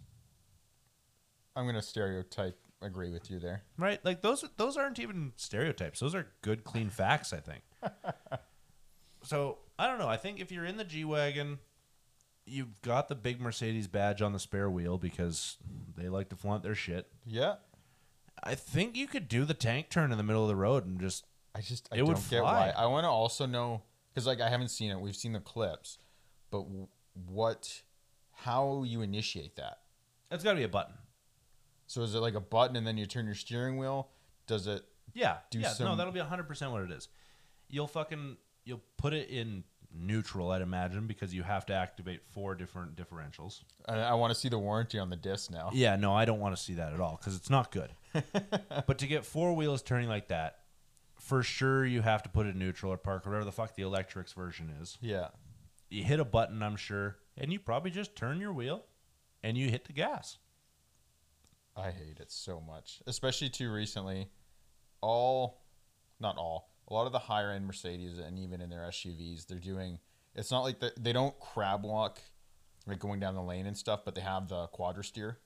Speaker 2: I'm going to stereotype agree with you there.
Speaker 1: Right? Like those those aren't even stereotypes. Those are good clean facts, I [LAUGHS] think. so, I don't know. I think if you're in the G-Wagon, you've got the big Mercedes badge on the spare wheel because they like to flaunt their shit.
Speaker 2: Yeah.
Speaker 1: I think you could do the tank turn in the middle of the road and just
Speaker 2: I just I
Speaker 1: It
Speaker 2: don't
Speaker 1: would
Speaker 2: get why.
Speaker 1: fly.
Speaker 2: I want to also know cuz like I haven't seen it. We've seen the clips, but w- what how you initiate that?
Speaker 1: it's got to be a button.
Speaker 2: So is it like a button and then you turn your steering wheel? Does it
Speaker 1: Yeah.
Speaker 2: Do
Speaker 1: yeah, no,
Speaker 2: some-
Speaker 1: that'll be 100% what it is. You'll fucking you'll put it in neutral, I'd imagine, because you have to activate four different differentials.
Speaker 2: I, I want to see the warranty on the disc now.
Speaker 1: Yeah, no, I don't want to see that at all because it's not
Speaker 2: [LAUGHS]
Speaker 1: good. but to get four wheels turning like that, for sure you have to put it in neutral or park, whatever the fuck the electrics version is.
Speaker 2: Yeah.
Speaker 1: You hit a button, I'm sure, and you probably just turn your wheel and you hit the gas.
Speaker 2: I hate it so much, especially too recently. All, not all, a lot of the higher end Mercedes and even in their SUVs, they're doing. It's not like they, they don't crab walk, like going down the lane and stuff, but they have the quadra steer,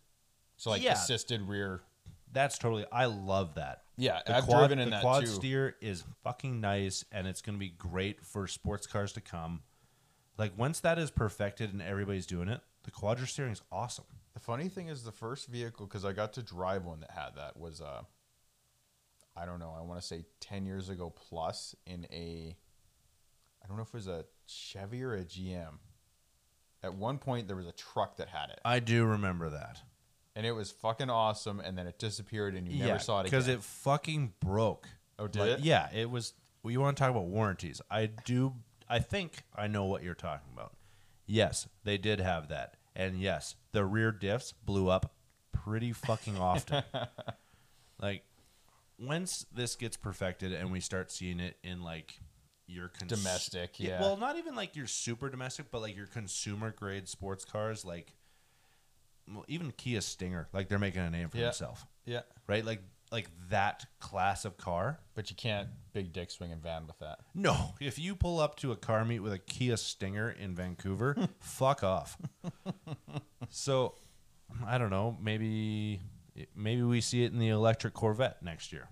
Speaker 2: so like
Speaker 1: Yeah.
Speaker 2: assisted rear.
Speaker 1: That's totally. I love that.
Speaker 2: Yeah,
Speaker 1: The
Speaker 2: I've
Speaker 1: quad,
Speaker 2: driven in
Speaker 1: the
Speaker 2: that
Speaker 1: quad
Speaker 2: too.
Speaker 1: steer is fucking nice, and it's going to be great for sports cars to come. Like once that is perfected and everybody's doing it, the quadra steering is awesome.
Speaker 2: The funny thing is, the first vehicle because I got to drive one that had that was uh, I don't know, I want to say ten years ago plus in a, I don't know if it was a Chevy or a GM. At one point, there was a truck that had it,
Speaker 1: I do remember that.
Speaker 2: and it was fucking awesome. And then it disappeared, and you never saw it again.
Speaker 1: because it fucking broke.
Speaker 2: oh, did
Speaker 1: Like,
Speaker 2: it?
Speaker 1: Yeah, it was. Well, you want to talk about warranties? I do. I think I know what you're talking about. Yes, they did have that, and yes, the
Speaker 2: [LAUGHS]
Speaker 1: rear diffs blew up pretty fucking often. like once this gets perfected and we start seeing it in like your cons-
Speaker 2: Domestic, yeah.
Speaker 1: Well, not even like your super domestic, but like your consumer grade sports cars, like well, even Kia Stinger, like they're making a name for
Speaker 2: Yeah.
Speaker 1: themselves,
Speaker 2: Yeah.
Speaker 1: right? Like like that class of car.
Speaker 2: But you can't big dick swing a van with that.
Speaker 1: No, if you pull up to a car meet with a Kia Stinger in [LAUGHS] Vancouver, fuck off. so, I don't know. Maybe maybe we see it in the electric Corvette next year.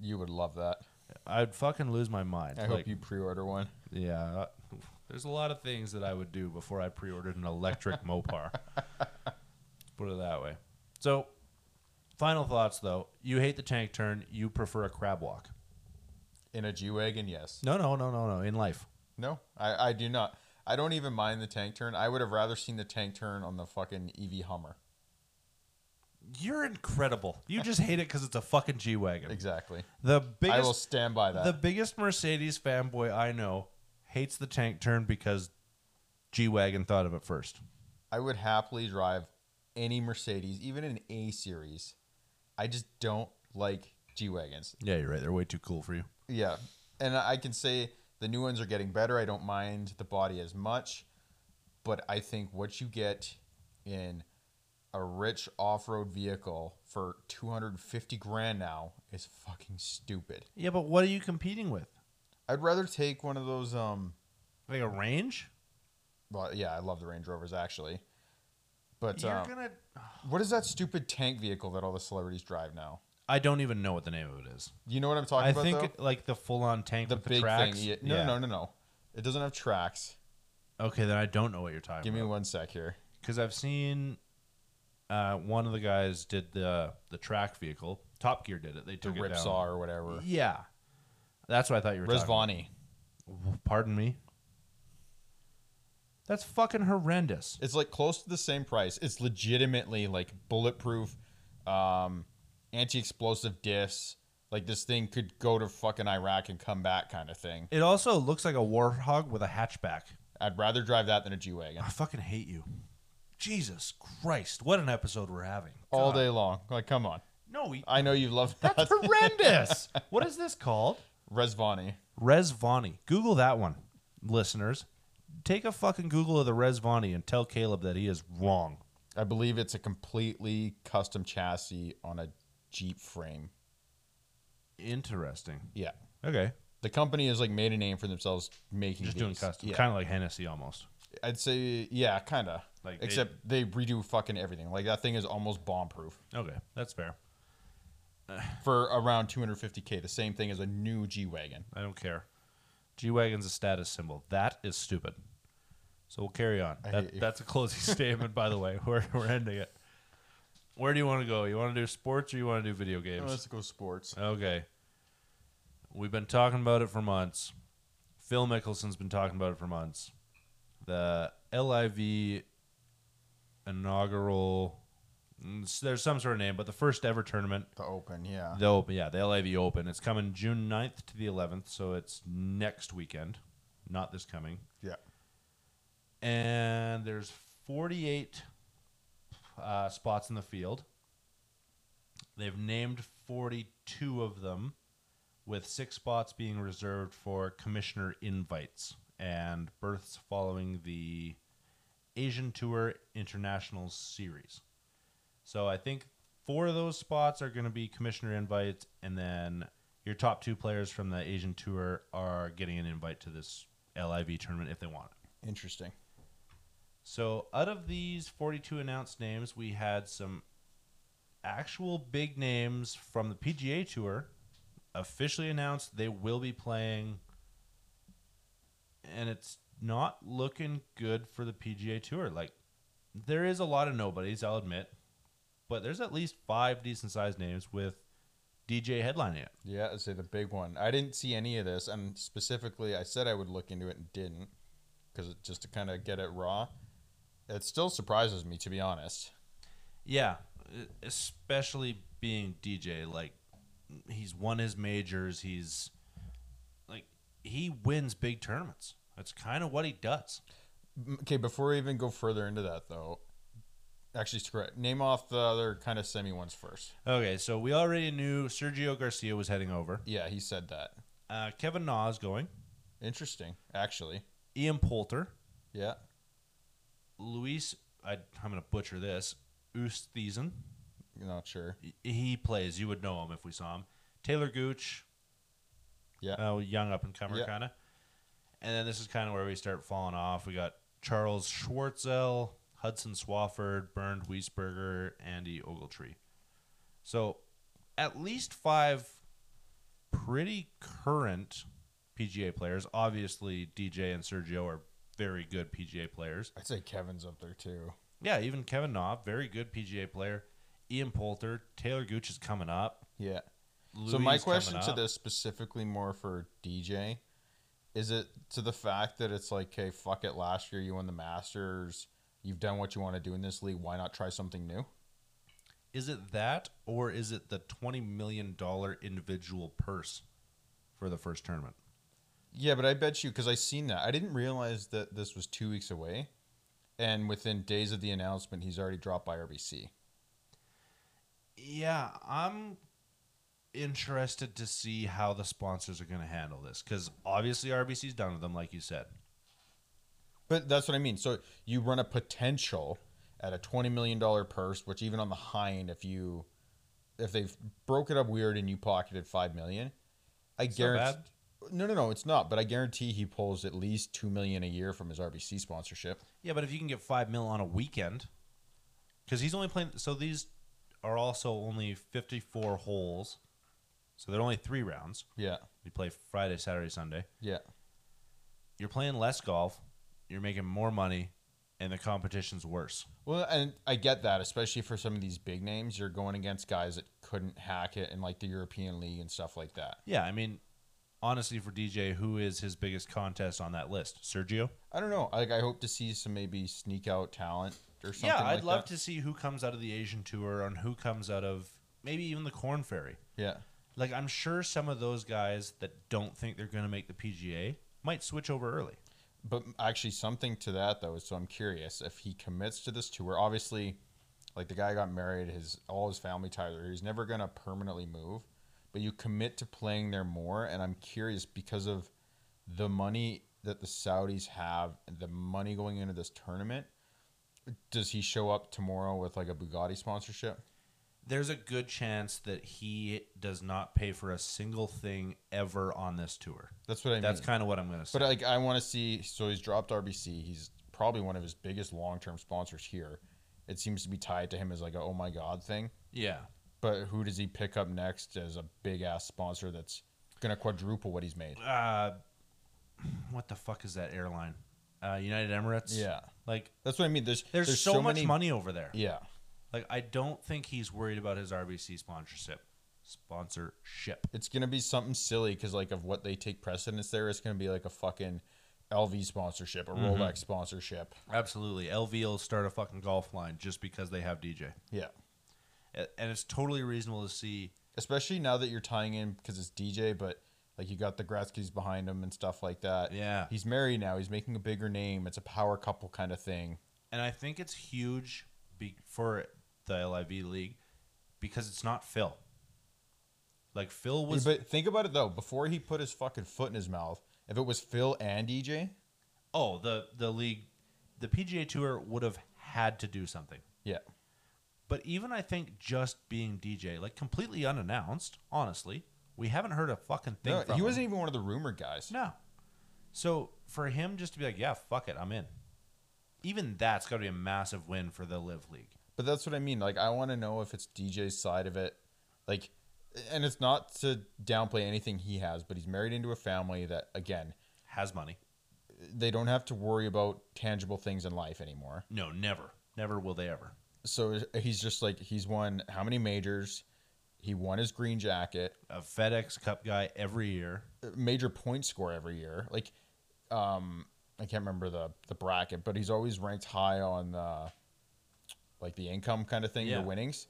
Speaker 2: You would love that.
Speaker 1: I'd fucking lose my mind.
Speaker 2: I
Speaker 1: Like,
Speaker 2: hope you pre-order one.
Speaker 1: Yeah, I- there's a lot of things that I would do before I pre-ordered an [LAUGHS] electric Mopar. Put it that way. So, final thoughts though. You hate the tank turn. You prefer a crab walk.
Speaker 2: In a G-Wagon, yes.
Speaker 1: No, no, no, no, no. In life.
Speaker 2: No, I, I do not. I don't even mind the tank turn. I would have rather seen the tank turn on the fucking EV Hummer.
Speaker 1: You're incredible. You just hate it because it's a fucking G wagon.
Speaker 2: Exactly.
Speaker 1: The
Speaker 2: I will
Speaker 1: biggest,
Speaker 2: stand by that.
Speaker 1: the biggest Mercedes fanboy I know hates the tank turn because G wagon thought of it first.
Speaker 2: I would happily drive any Mercedes, even an A series. I just don't like G wagons.
Speaker 1: Yeah, you're right. They're way too cool for you.
Speaker 2: Yeah, and I can say the new ones are getting better. I don't mind the body as much, but I think what you get in a rich off-road vehicle for 250 grand now is fucking stupid.
Speaker 1: Yeah, but what are you competing with?
Speaker 2: I'd rather take one of those um
Speaker 1: Like a range?
Speaker 2: well yeah, I love the Range Rovers actually. But
Speaker 1: You're
Speaker 2: um,
Speaker 1: gonna.
Speaker 2: what is that stupid tank vehicle that all the celebrities drive now?
Speaker 1: I don't even know what the name of it is.
Speaker 2: You know what I'm talking
Speaker 1: I
Speaker 2: about
Speaker 1: think
Speaker 2: though?
Speaker 1: like the full on tank
Speaker 2: The
Speaker 1: with
Speaker 2: big
Speaker 1: the tracks.
Speaker 2: thing. Yeah, No,
Speaker 1: Yeah.
Speaker 2: no, no, no. It doesn't have tracks.
Speaker 1: Okay, then I don't know what you're talking
Speaker 2: Give me
Speaker 1: about.
Speaker 2: one sec here.
Speaker 1: because I've seen uh, one of the guys did the the track vehicle. Top Gear did it. They
Speaker 2: The
Speaker 1: took it
Speaker 2: rip
Speaker 1: down.
Speaker 2: saw or whatever.
Speaker 1: Yeah, that's what I thought you were. talking about.
Speaker 2: Resvani.
Speaker 1: W- Pardon me. That's fucking horrendous.
Speaker 2: It's like close to the same price. It's legitimately like bulletproof, um, anti-explosive discs. Like this thing could go to fucking Iraq and come back, kind of thing.
Speaker 1: It also looks like a warthog with a hatchback.
Speaker 2: I'd rather drive that than a G wagon
Speaker 1: I fucking hate you. Jesus Christ! What an episode we're having.
Speaker 2: all
Speaker 1: God.
Speaker 2: day long. Like, come on.
Speaker 1: No, we,
Speaker 2: I know you love that. [LAUGHS]
Speaker 1: that's horrendous. what is this called?
Speaker 2: Resvani.
Speaker 1: Resvani. Google that one, listeners. Take a fucking Google of the Resvani and tell Caleb that he is wrong.
Speaker 2: I believe it's a completely custom chassis on a Jeep frame.
Speaker 1: Interesting.
Speaker 2: Yeah.
Speaker 1: Okay.
Speaker 2: The company has like made a name for themselves making
Speaker 1: Just doing
Speaker 2: these.
Speaker 1: custom.
Speaker 2: Yeah.
Speaker 1: Kind of like Hennessy almost.
Speaker 2: I'd say yeah, kind of.
Speaker 1: Like they-
Speaker 2: Except they, redo fucking everything. Like that thing is almost bomb proof
Speaker 1: Okay. That's fair.
Speaker 2: for around 250k. The same thing as a new G wagon.
Speaker 1: I don't care. G Wagon's a status symbol. That is stupid. So we'll carry on.
Speaker 2: I
Speaker 1: That,
Speaker 2: hate you.
Speaker 1: that's a
Speaker 2: [LAUGHS]
Speaker 1: closing statement, by the way. We're, we're ending it. Where do you want to go? You want to do sports or you want to do video games?
Speaker 2: Let's go sports.
Speaker 1: Okay. We've been talking about it for months. Phil Mickelson's been talking about it for months. The LIV inaugural, mm, there's some sort of name, but the first ever tournament,
Speaker 2: The Open, yeah.
Speaker 1: the Open, yeah, the LIV Open. It's coming June 9th to the 11th, so it's next weekend, not this coming.
Speaker 2: Yeah.
Speaker 1: And there's 48 uh, spots in the field. They've named 42 of them, with six spots being reserved for commissioner invites and berths following the Asian Tour International Series. So I think four of those spots are going to be commissioner invites, and then your top two players from the Asian Tour are getting an invite to this LIV tournament if they want it.
Speaker 2: Interesting.
Speaker 1: So, out of these 42 announced names, we had some actual big names from the PGA Tour officially announced they will be playing, and it's not looking good for the PGA Tour. Like, there is a lot of nobodies, I'll admit, but there's at least five decent sized names with DJ headlining it.
Speaker 2: Yeah, I'd say the big one. I didn't see any of this, and specifically, I said I would look into it and didn't, because just to kind of get it raw. It still surprises me, to be honest.
Speaker 1: Yeah, e- especially being DJ, like he's won his majors. He's like he wins big tournaments. That's kind of what he does.
Speaker 2: Okay, before we even go further into that, though, Actually, screw it. Name off the other kind of semi ones first.
Speaker 1: Okay, so we already knew Sergio Garcia was heading over.
Speaker 2: Yeah, he said that.
Speaker 1: Uh, Kevin Na is going.
Speaker 2: Interesting, actually.
Speaker 1: Ian Poulter.
Speaker 2: Yeah.
Speaker 1: Luis, I, I'm going to butcher this. Oosthuizen.
Speaker 2: Not sure.
Speaker 1: He- He plays. You would know him if we saw him. Taylor Gooch.
Speaker 2: Yeah.
Speaker 1: Oh, young up and comer
Speaker 2: Yeah.
Speaker 1: kind of. And then this is kind of where we start falling off. We got Charles Schwartzel, Hudson Swafford, Bernd Wiesberger, Andy Ogletree. So at least five pretty current PGA players. Obviously, DJ and Sergio are very good PGA players.
Speaker 2: I'd say Kevin's up there too.
Speaker 1: Yeah, even Kevin Knopf, very good PGA player. Ian Poulter, Taylor Gooch is coming up.
Speaker 2: Yeah. so my
Speaker 1: Louis coming
Speaker 2: question to
Speaker 1: up.
Speaker 2: this specifically more for DJ is it to the fact that it's like, hey, fuck it, last year you won the Masters, you've done what you want to do in this league, why not try something new?
Speaker 1: Is it that, or is it the twenty million dollar individual purse for the first tournament?
Speaker 2: Yeah, but I bet you because I seen that. I didn't realize that this was two weeks away, and within days of the announcement, he's already dropped by RBC.
Speaker 1: Yeah, I'm interested to see how the sponsors are going to handle this because obviously RBC's done with them, like you said.
Speaker 2: But that's what I mean. So you run a potential at a twenty million dollar purse, which even on the high end, if you if they've broke it up weird and you pocketed five million, I
Speaker 1: not
Speaker 2: guarantee. No, no, no, it's not. But I guarantee he pulls at least two million a year from his RBC sponsorship.
Speaker 1: Yeah, but if you can get five mil on a weekend, because he's only playing. So these are also only fifty-four holes, so they're only three rounds.
Speaker 2: Yeah,
Speaker 1: You play Friday, Saturday, Sunday.
Speaker 2: yeah,
Speaker 1: You're playing less golf. You're making more money, and the competition's worse.
Speaker 2: Well, and I get that, especially for some of these big names. You're going against guys that couldn't hack it in like the European League and stuff like that.
Speaker 1: Yeah, I mean, honestly, for DJ, who is his biggest contest on that list? Sergio.
Speaker 2: I don't know. Like, I hope to see some maybe sneak out talent or something.
Speaker 1: yeah, I'd
Speaker 2: like
Speaker 1: love
Speaker 2: that.
Speaker 1: to see who comes out of the Asian tour and who comes out of maybe even the Corn Ferry.
Speaker 2: Yeah,
Speaker 1: Like, I'm sure some of those guys that don't think they're going to make the PGA might switch over early.
Speaker 2: but actually, something to that though. So I'm curious if he commits to this tour. Obviously, like the guy got married, his all his family tied there. He's never gonna permanently move, but you commit to playing there more. And I'm curious because of the money that the Saudis have, and the money going into this tournament. Does he show up tomorrow with like a Bugatti sponsorship?
Speaker 1: There's a good chance that he does not pay for a single thing ever on this tour.
Speaker 2: That's what I
Speaker 1: That's
Speaker 2: mean.
Speaker 1: kind of what I'm going to say.
Speaker 2: But like, I want to see. So he's dropped RBC. He's probably one of his biggest long-term sponsors here. It seems to be tied to him as like a oh my god thing.
Speaker 1: yeah.
Speaker 2: But who does he pick up next as a big ass sponsor that's gonna quadruple what he's made?
Speaker 1: Uh, what the fuck is that airline? Uh, United Emirates.
Speaker 2: Yeah,
Speaker 1: Like,
Speaker 2: that's what I mean. There's
Speaker 1: there's, so, much money over there.
Speaker 2: Yeah,
Speaker 1: Like, I don't think he's worried about his RBC sponsorship. Sponsorship.
Speaker 2: it's gonna be something silly because like of what they take precedence there, it's gonna be like a fucking LV sponsorship, a
Speaker 1: Mm-hmm.
Speaker 2: Rolex sponsorship.
Speaker 1: Absolutely. LV will start a fucking golf line just because they have DJ.
Speaker 2: Yeah,
Speaker 1: A- And it's totally reasonable to see.
Speaker 2: especially now that you're tying in because it's DJ, but like you got the Gratzkys behind him and stuff like that.
Speaker 1: Yeah.
Speaker 2: He's married now. He's making a bigger name. It's a power couple kind of thing.
Speaker 1: And I think it's huge be- for the LIV league because it's not Phil. Like, Phil was.
Speaker 2: but think about it though. Before he put his fucking foot in his mouth, if it was Phil and DJ,
Speaker 1: oh, the, the league. The PGA Tour would have had to do something.
Speaker 2: yeah,
Speaker 1: But even I think just being DJ, like completely unannounced, honestly, we haven't heard a fucking thing
Speaker 2: no,
Speaker 1: from
Speaker 2: he
Speaker 1: him.
Speaker 2: wasn't even one of the rumored guys.
Speaker 1: No. So for him just to be like, yeah, fuck it, I'm in. Even that's got to be a massive win for the Live League.
Speaker 2: But that's what I mean. Like, I want to know if it's DJ's side of it. Like, and it's not to downplay anything he has, but he's married into a family that, again,
Speaker 1: Has money.
Speaker 2: they don't have to worry about tangible things in life anymore.
Speaker 1: No, never. Never will they ever.
Speaker 2: So he's just like, he's won how many majors? He won his green jacket,
Speaker 1: A FedEx Cup guy every year.
Speaker 2: major point score every year. Like, um, I can't remember the, the bracket, but he's always ranked high on the, like the income kind of thing,
Speaker 1: Yeah.
Speaker 2: your winnings.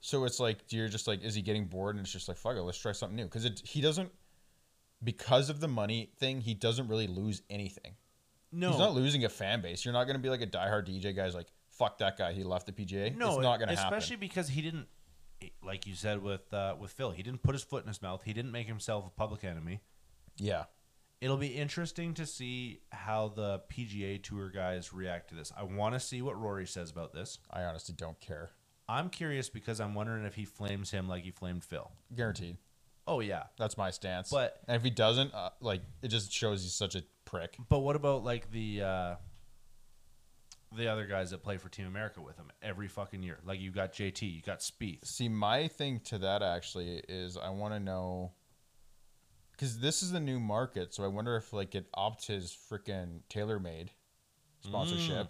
Speaker 2: So it's like you're just like, is he getting bored? And it's just like, fuck it, let's try something new. Because he doesn't, because of the money thing, he doesn't really lose anything.
Speaker 1: No.
Speaker 2: He's not losing a fan base. You're not going to be like a diehard DJ guy's like, fuck that guy. He left the PGA.
Speaker 1: No,
Speaker 2: it's not going to happen.
Speaker 1: especially because he didn't, like you said with uh, with Phil, he didn't put his foot in his mouth. He didn't make himself a public enemy.
Speaker 2: Yeah,
Speaker 1: It'll be interesting to see how the PGA Tour guys react to this. I want to see what Rory says about this.
Speaker 2: I honestly don't care.
Speaker 1: I'm curious because I'm wondering if he flames him like he flamed Phil.
Speaker 2: Guaranteed.
Speaker 1: Oh yeah,
Speaker 2: That's my stance.
Speaker 1: But-
Speaker 2: and if he doesn't, uh, like it just shows he's such a prick.
Speaker 1: but what about like the uh, the other guys that play for Team America with him every fucking year? Like you got JT, you got Spieth.
Speaker 2: See, my thing to that actually is I want to know because this is a new market, so I wonder if like it opts his freaking TaylorMade sponsorship.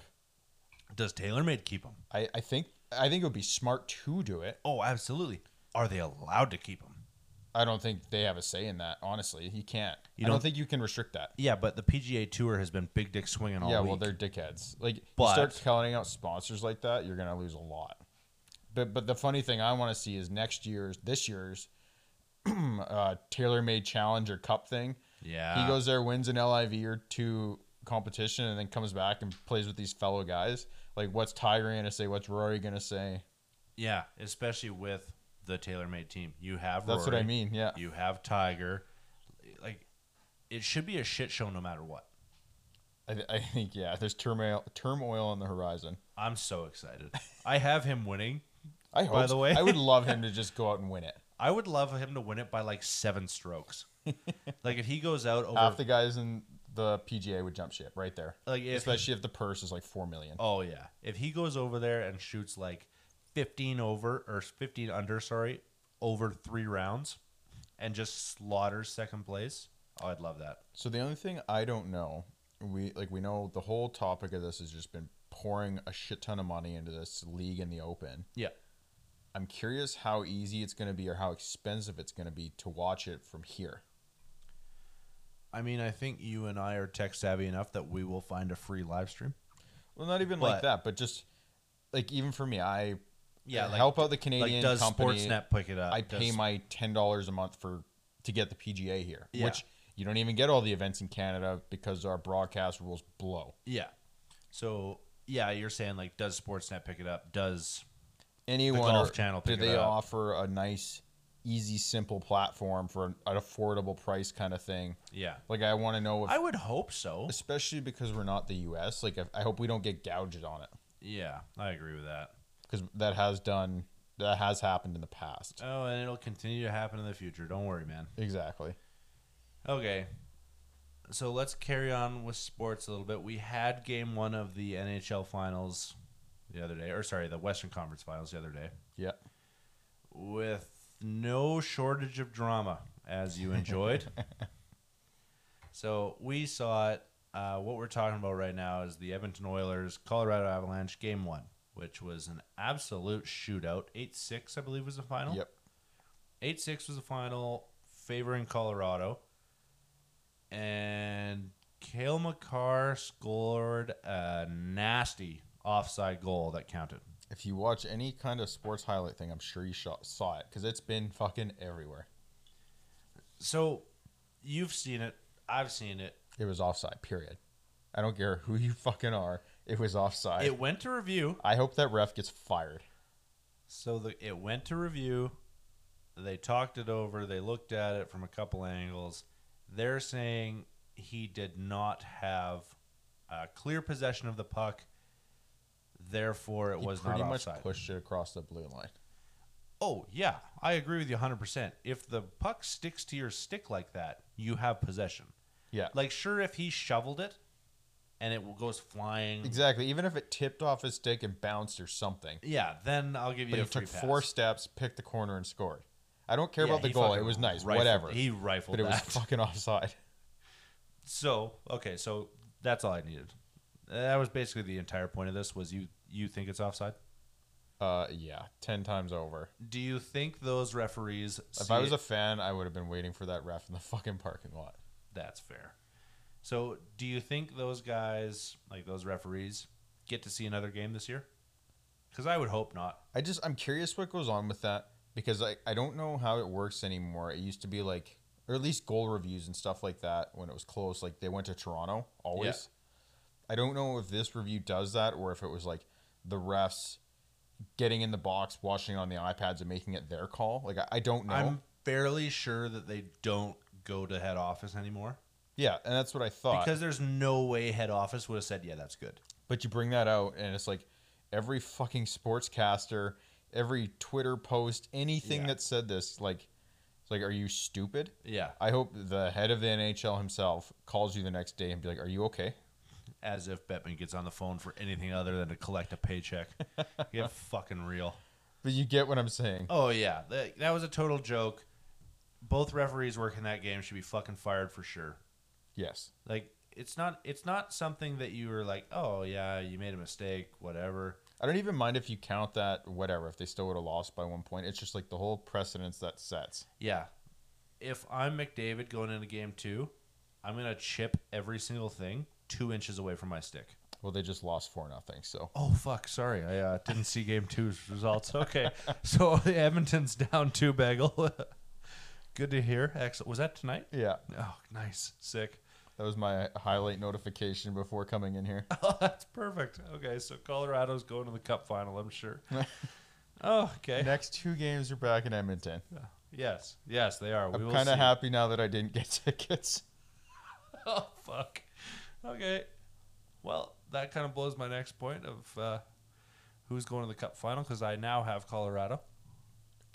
Speaker 1: Does TaylorMade keep him?
Speaker 2: I, I think I think it would be smart to do it.
Speaker 1: Oh, absolutely. Are they allowed to keep him?
Speaker 2: I don't think they have a say in that. Honestly, you can't.
Speaker 1: You
Speaker 2: I don't
Speaker 1: don't-
Speaker 2: think you can restrict that.
Speaker 1: Yeah, but the PGA Tour has been big dick swinging all
Speaker 2: yeah,
Speaker 1: week.
Speaker 2: well, they're dickheads. Like, you
Speaker 1: But-
Speaker 2: start counting out sponsors like that, you're gonna lose a lot. But but the funny thing I want to see is next year's, this year's, [CLEARS THROAT] uh, tailor-made challenge or cup thing.
Speaker 1: yeah.
Speaker 2: he goes there, wins an LIV or two competition, and then comes back and plays with these fellow guys. Like, what's Tiger gonna say? What's Rory gonna say?
Speaker 1: Yeah, especially with the TaylorMade team. You have
Speaker 2: That's what I
Speaker 1: Rory,
Speaker 2: mean. Yeah,
Speaker 1: You have Tiger. Like it should be a shit show no matter what.
Speaker 2: I, I think yeah. There's turmoil turmoil on the horizon.
Speaker 1: I'm so
Speaker 2: [LAUGHS]
Speaker 1: excited. I have him winning.
Speaker 2: I hope.
Speaker 1: By the
Speaker 2: so.
Speaker 1: way.
Speaker 2: I would love him to just go out and win it.
Speaker 1: I would love him to win it by like 7
Speaker 2: [LAUGHS]
Speaker 1: strokes. like if he goes out [LAUGHS] over
Speaker 2: Half the guys in the PGA would jump ship right there.
Speaker 1: like if
Speaker 2: Especially if the purse is like four million.
Speaker 1: Oh yeah. If he goes over there and shoots like 15 over or 15 under, sorry, over 3 rounds and just slaughters second place, oh, I'd love that.
Speaker 2: So the only thing I don't know, we like we know the whole topic of this has just been pouring a shit ton of money into this league in the open.
Speaker 1: Yeah.
Speaker 2: I'm curious how easy it's going to be or how expensive it's going to be to watch it from here.
Speaker 1: I mean, I think you and I are tech savvy enough that we will find a free live stream.
Speaker 2: Well, not even like
Speaker 1: But-
Speaker 2: that, but just like even for me, I
Speaker 1: Yeah, like,
Speaker 2: help out the
Speaker 1: like
Speaker 2: Canadian
Speaker 1: does
Speaker 2: company.
Speaker 1: Sportsnet pick it up?
Speaker 2: I pay
Speaker 1: Does-
Speaker 2: my ten dollars a month for to get the PGA here,
Speaker 1: Yeah.
Speaker 2: which you don't even get all the events in Canada because our broadcast rules blow.
Speaker 1: yeah. So yeah, you're saying like does Sportsnet pick it up? Does
Speaker 2: anyone
Speaker 1: Golf
Speaker 2: or
Speaker 1: Channel
Speaker 2: do
Speaker 1: pick it
Speaker 2: they
Speaker 1: up.
Speaker 2: offer a nice easy simple platform for an, an affordable price kind of thing
Speaker 1: yeah?
Speaker 2: like i want to know if
Speaker 1: I would hope so.
Speaker 2: [LAUGHS] especially because we're not the us like if, i hope we don't get gouged on it
Speaker 1: Yeah, I agree with that.
Speaker 2: because that has done that has happened in the past
Speaker 1: Oh, and it'll continue to happen in the future. Don't worry, man.
Speaker 2: exactly
Speaker 1: Okay. So let's carry on with sports a little bit. We had game one of the NHL finals the other day, or sorry, the Western Conference finals the other day,
Speaker 2: yeah
Speaker 1: with no shortage of drama, as you enjoyed. so we saw it. Uh, what we're talking about right now is the Edmonton Oilers Colorado Avalanche game one, which was an absolute shootout. 8 6, I believe, was the final.
Speaker 2: yep
Speaker 1: 8 6 was the final, favoring Colorado. And Kale McCarr scored a nasty offside goal that counted.
Speaker 2: if you watch any kind of sports highlight thing i'm sure you shot, saw it because it's been fucking everywhere
Speaker 1: So you've seen it. I've seen it.
Speaker 2: it was offside period i don't care who you fucking are it was offside
Speaker 1: It went to review.
Speaker 2: i hope that ref gets fired
Speaker 1: So the, it went to review. They talked it over. They looked at it from a couple angles. They're saying he did not have uh, clear possession of the puck. Therefore, it
Speaker 2: He
Speaker 1: was
Speaker 2: pretty
Speaker 1: not
Speaker 2: much
Speaker 1: offside.
Speaker 2: pushed it across the blue line.
Speaker 1: Oh, yeah. I agree with you 100%. If the puck sticks to your stick like that, you have possession.
Speaker 2: Yeah.
Speaker 1: Like, sure, if he shoveled it and it goes flying.
Speaker 2: Exactly. Even if it tipped off his stick and bounced or something,
Speaker 1: Yeah, then I'll give you
Speaker 2: but
Speaker 1: a
Speaker 2: he
Speaker 1: free
Speaker 2: took
Speaker 1: pass.
Speaker 2: four steps, picked the corner, and scored. I don't care
Speaker 1: Yeah,
Speaker 2: about the
Speaker 1: he
Speaker 2: goal.
Speaker 1: fucking
Speaker 2: It was nice.
Speaker 1: rifled-
Speaker 2: Whatever.
Speaker 1: He rifled
Speaker 2: but it was
Speaker 1: that.
Speaker 2: [LAUGHS] fucking offside.
Speaker 1: [LAUGHS] so, okay, so that's all I needed. That was basically the entire point of this was you you think it's offside?
Speaker 2: Uh, yeah, ten times over.
Speaker 1: Do you think those referees
Speaker 2: If
Speaker 1: see
Speaker 2: I was
Speaker 1: it-
Speaker 2: a fan, I would have been waiting for that ref in the fucking parking lot.
Speaker 1: That's fair. So, do you think those guys, like those referees, get to see another game this year? Because I would hope not.
Speaker 2: I just I'm curious what goes on with that because I I don't know how it works anymore. It used to be like or at least goal reviews and stuff like that when it was close like they went to Toronto always. I don't know if this review does that or if it was like the refs getting in the box, watching it on the iPads, and making it their call. Like I, I don't know.
Speaker 1: I'm fairly sure that they don't go to head office anymore
Speaker 2: yeah, and that's what I thought.
Speaker 1: because there's no way head office would have said, "Yeah, that's good."
Speaker 2: But you bring that out, and it's like every fucking sportscaster, every Twitter post, anything
Speaker 1: Yeah.
Speaker 2: that said this, like, it's like, are you stupid?
Speaker 1: Yeah,
Speaker 2: I hope the head of the NHL himself calls you the next day and be like, "Are you okay?"
Speaker 1: as if Bettman gets on the phone for anything other than to collect a paycheck. [LAUGHS] Get fucking real.
Speaker 2: But you get what I'm saying.
Speaker 1: Oh yeah, that, that was a total joke. Both referees working that game should be fucking fired for sure.
Speaker 2: Yes.
Speaker 1: Like it's not it's not something that you were like, oh yeah, you made a mistake, whatever.
Speaker 2: I don't even mind if you count that whatever if they still would have lost by one point. It's just like the whole precedence that sets.
Speaker 1: Yeah. If I'm McDavid going into game two, I'm gonna chip every single thing two inches away from my stick.
Speaker 2: Well, they just lost four nothing. So
Speaker 1: Oh fuck! Sorry, I uh, didn't see game two's results. Okay, [LAUGHS] so Edmonton's down two bagel. [LAUGHS] Good to hear. Excellent. Was that tonight?
Speaker 2: yeah,
Speaker 1: Oh, nice, sick. [LAUGHS]
Speaker 2: that was my highlight notification before coming in here.
Speaker 1: Oh, that's perfect. Okay, so Colorado's going to the Cup final. I'm
Speaker 2: [LAUGHS]
Speaker 1: sure. oh, okay.
Speaker 2: [LAUGHS] Next two games are back in Edmonton.
Speaker 1: Yes, yes, they are. We
Speaker 2: I'm
Speaker 1: will
Speaker 2: kind of
Speaker 1: see.
Speaker 2: happy now that I didn't get [LAUGHS] tickets.
Speaker 1: [LAUGHS] oh fuck. Okay. Well, that kind of blows my next point of uh, who's going to the Cup final because I now have Colorado.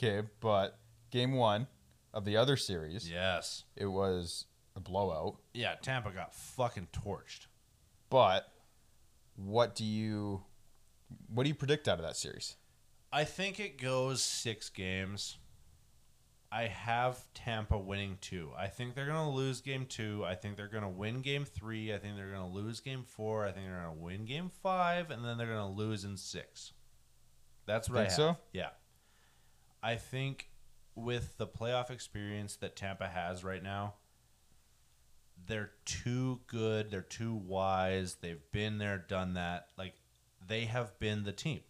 Speaker 2: Okay, but game one of the other series,
Speaker 1: Yes.
Speaker 2: it was a blowout.
Speaker 1: Yeah, Tampa got fucking torched.
Speaker 2: But what do you what do you predict out of that series?
Speaker 1: I think it goes six games. I have Tampa winning two. I think they're going to lose game two. I think they're going to win game three. I think they're going to lose game four. I think they're going to win game five, and then they're going to lose in six. That's what I
Speaker 2: Think
Speaker 1: have.
Speaker 2: so?
Speaker 1: Yeah. I think with the playoff experience that Tampa has right now, they're too good. They're too wise. They've been there, done that. Like, they have been the team.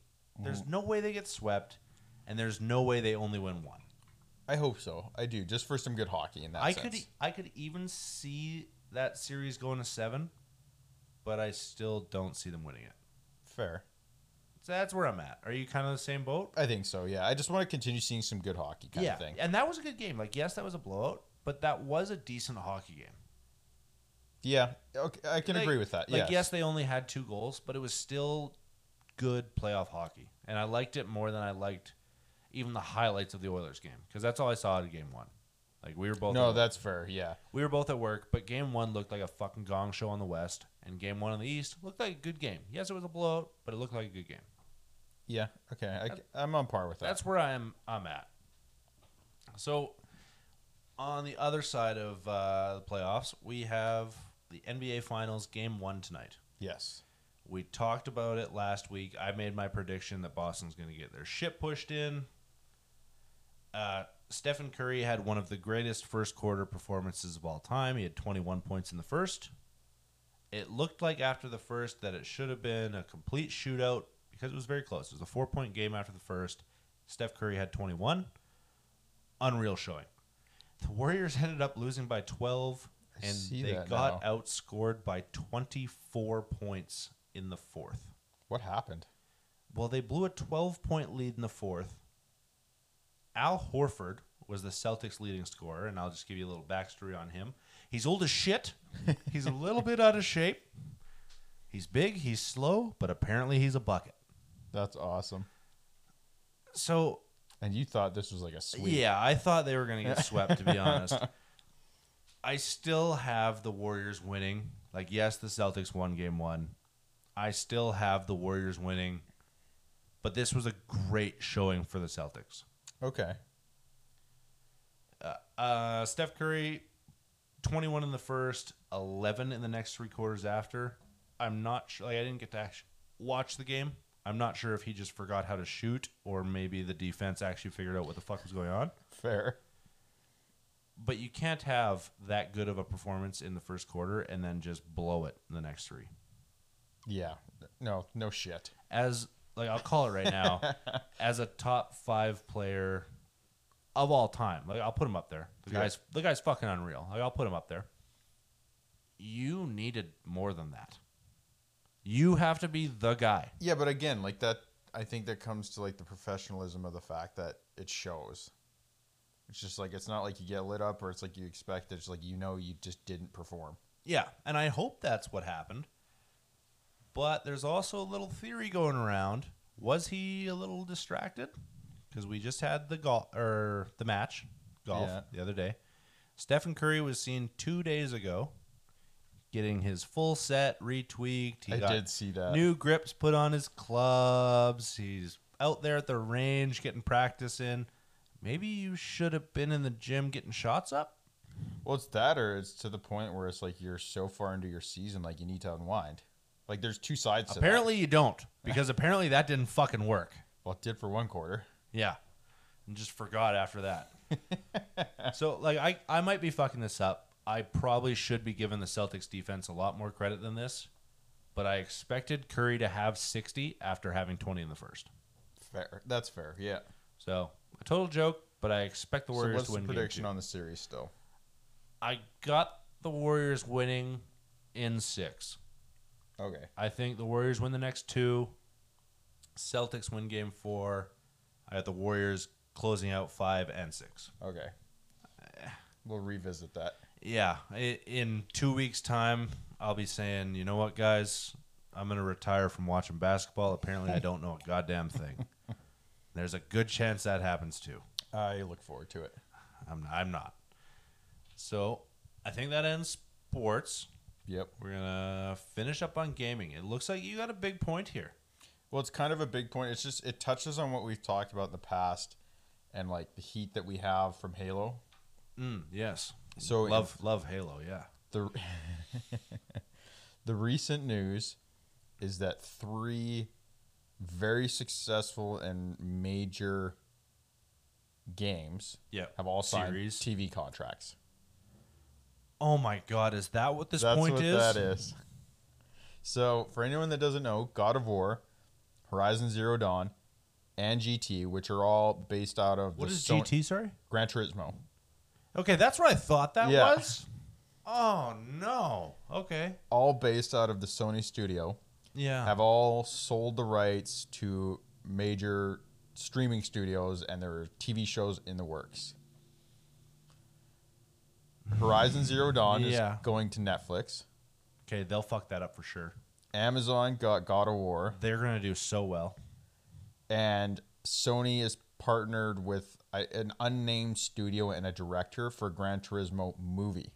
Speaker 1: There's no way they get swept, and there's no way they only win one.
Speaker 2: I hope so. I do, just for some good hockey in that
Speaker 1: I
Speaker 2: sense.
Speaker 1: could e-, I could even see that series going to seven, but I still don't see them winning it.
Speaker 2: Fair.
Speaker 1: So that's where I'm at. Are you kind of the same boat?
Speaker 2: I think so, yeah. I just want to continue seeing some good hockey kind
Speaker 1: yeah,
Speaker 2: of thing.
Speaker 1: and that was a good game. Like, yes, that was a blowout, but that was a decent hockey game.
Speaker 2: Yeah. Okay, I can
Speaker 1: Like-
Speaker 2: agree with that.
Speaker 1: Like, yes.
Speaker 2: Uh, yes.
Speaker 1: they only had two goals, but it was still good playoff hockey, and I liked it more than I liked even the highlights of the Oilers game because that's all I saw at game one. Like we were both
Speaker 2: No,
Speaker 1: at-
Speaker 2: that's fair, yeah.
Speaker 1: We were both at work, but game one looked like a fucking gong show on the West, and game one on the East looked like a good game. Yes, it was a blowout, but it looked like a good game.
Speaker 2: Yeah. Okay. I, I'm on par with that.
Speaker 1: That's where I'm I'm at. So, on the other side of uh, the playoffs, we have the NBA Finals game one tonight.
Speaker 2: yes.
Speaker 1: We talked about it last week. I made my prediction that Boston's going to get their shit pushed in. Uh, Stephen Curry had one of the greatest first quarter performances of all time. He had 21 points in the first. It looked like after the first that it should have been a complete shootout because it was very close. It was a four point game after the first. Steph Curry had 21. Unreal showing. The Warriors ended up losing by 12,
Speaker 2: I
Speaker 1: and
Speaker 2: see
Speaker 1: they
Speaker 2: that
Speaker 1: got outscored by 24 points in the fourth.
Speaker 2: What happened?
Speaker 1: Well, they blew a 12 point lead in the fourth. Al Horford was the Celtics' leading scorer, and I'll just give you a little backstory on him. He's old as shit. He's a little bit out of shape. He's big, he's slow, but apparently he's a bucket.
Speaker 2: That's awesome.
Speaker 1: So,
Speaker 2: And you thought this was like a sweep.
Speaker 1: yeah, I thought they were going to get swept, to be honest. I still have the Warriors winning. Like, yes, the Celtics won game one. I still have the Warriors winning, but this was a great showing for the Celtics.
Speaker 2: Okay.
Speaker 1: Uh, Steph Curry, 21 in the first, 11 in the next three quarters after. I'm not sure. Like, I didn't get to actually watch the game. I'm not sure if he just forgot how to shoot or maybe the defense actually figured out what the fuck was going on.
Speaker 2: Fair.
Speaker 1: But you can't have that good of a performance in the first quarter and then just blow it in the next three.
Speaker 2: Yeah. No, no shit.
Speaker 1: As, like, I'll call it right now, as a top five player of all time. Like, I'll put him up there. The
Speaker 2: Yeah.
Speaker 1: guy's, the guy's fucking unreal. Like, I'll put him up there. you needed more than that. You have to be the guy.
Speaker 2: Yeah, but again, like that, I think that comes to like the professionalism of the fact that it shows. It's just like it's not like you get lit up or it's like you expect. It's like you know you just didn't perform.
Speaker 1: Yeah, and I hope that's what happened. But there's also a little theory going around. Was he a little distracted? Because we just had the golf or the match golf
Speaker 2: Yeah.
Speaker 1: the other day. Stephen Curry was seen two days ago, getting his full set retweaked. He
Speaker 2: I
Speaker 1: got
Speaker 2: did see that.
Speaker 1: new grips put on his clubs. He's out there at the range getting practice in. Maybe you should have been in the gym getting shots up.
Speaker 2: well, it's that or it's to the point where it's like you're so far into your season, like you need to unwind. Like there's two sides.
Speaker 1: apparently you
Speaker 2: [LAUGHS]
Speaker 1: don't, because apparently that didn't fucking work.
Speaker 2: to that. well, it did for one quarter.
Speaker 1: Yeah. And just forgot after that.
Speaker 2: [LAUGHS]
Speaker 1: so like I, I might be fucking this up. I probably should be giving the Celtics defense a lot more credit than this, but I expected Curry to have 60 after having 20 in the first.
Speaker 2: Fair. That's fair. Yeah.
Speaker 1: So a total joke, but I expect the
Speaker 2: So
Speaker 1: Warriors
Speaker 2: what's
Speaker 1: to
Speaker 2: the
Speaker 1: win. game
Speaker 2: prediction
Speaker 1: two.
Speaker 2: on the series still?
Speaker 1: I got the Warriors winning in six.
Speaker 2: Okay.
Speaker 1: I think the Warriors win the next two. Celtics win game four. I got the Warriors closing out five and six. [SIGHS]
Speaker 2: Okay. We'll revisit that.
Speaker 1: Yeah, i- in two weeks' time, I'll be saying, you know what, guys, I'm gonna retire from watching basketball. Apparently, I don't know a goddamn [LAUGHS] thing. There's a good chance that happens too.
Speaker 2: I look forward to it.
Speaker 1: I'm I'm not. So I think that ends sports.
Speaker 2: Yep.
Speaker 1: We're gonna finish up on gaming. It looks like you got a big point here.
Speaker 2: Well, it's kind of a big point. It's just it touches on what we've talked about in the past, and like the heat that we have from Halo.
Speaker 1: Mm, yes.
Speaker 2: So in
Speaker 1: love love Halo. Yeah.
Speaker 2: the [LAUGHS] the recent news is that three very successful and major games
Speaker 1: Yeah.
Speaker 2: have all signed
Speaker 1: Series.
Speaker 2: TV contracts.
Speaker 1: Oh my God! Is that what this
Speaker 2: That's
Speaker 1: point
Speaker 2: what
Speaker 1: is?
Speaker 2: that is. So, for anyone that doesn't know, God of War, Horizon Zero Dawn, and GT, which are all based out of
Speaker 1: What
Speaker 2: the
Speaker 1: is
Speaker 2: Sony-
Speaker 1: GT? Sorry.
Speaker 2: Gran Turismo.
Speaker 1: Okay, that's what I thought that
Speaker 2: Yeah.
Speaker 1: was. Oh no. Okay.
Speaker 2: all based out of the Sony studio,
Speaker 1: Yeah.
Speaker 2: have all sold the rights to major streaming studios and their TV shows in the works. Horizon Zero Dawn
Speaker 1: Yeah.
Speaker 2: is going to Netflix.
Speaker 1: okay, they'll fuck that up for sure.
Speaker 2: Amazon got God of War,
Speaker 1: They're gonna do so well.
Speaker 2: and Sony is partnered with a, an unnamed studio and a director for Gran Turismo movie.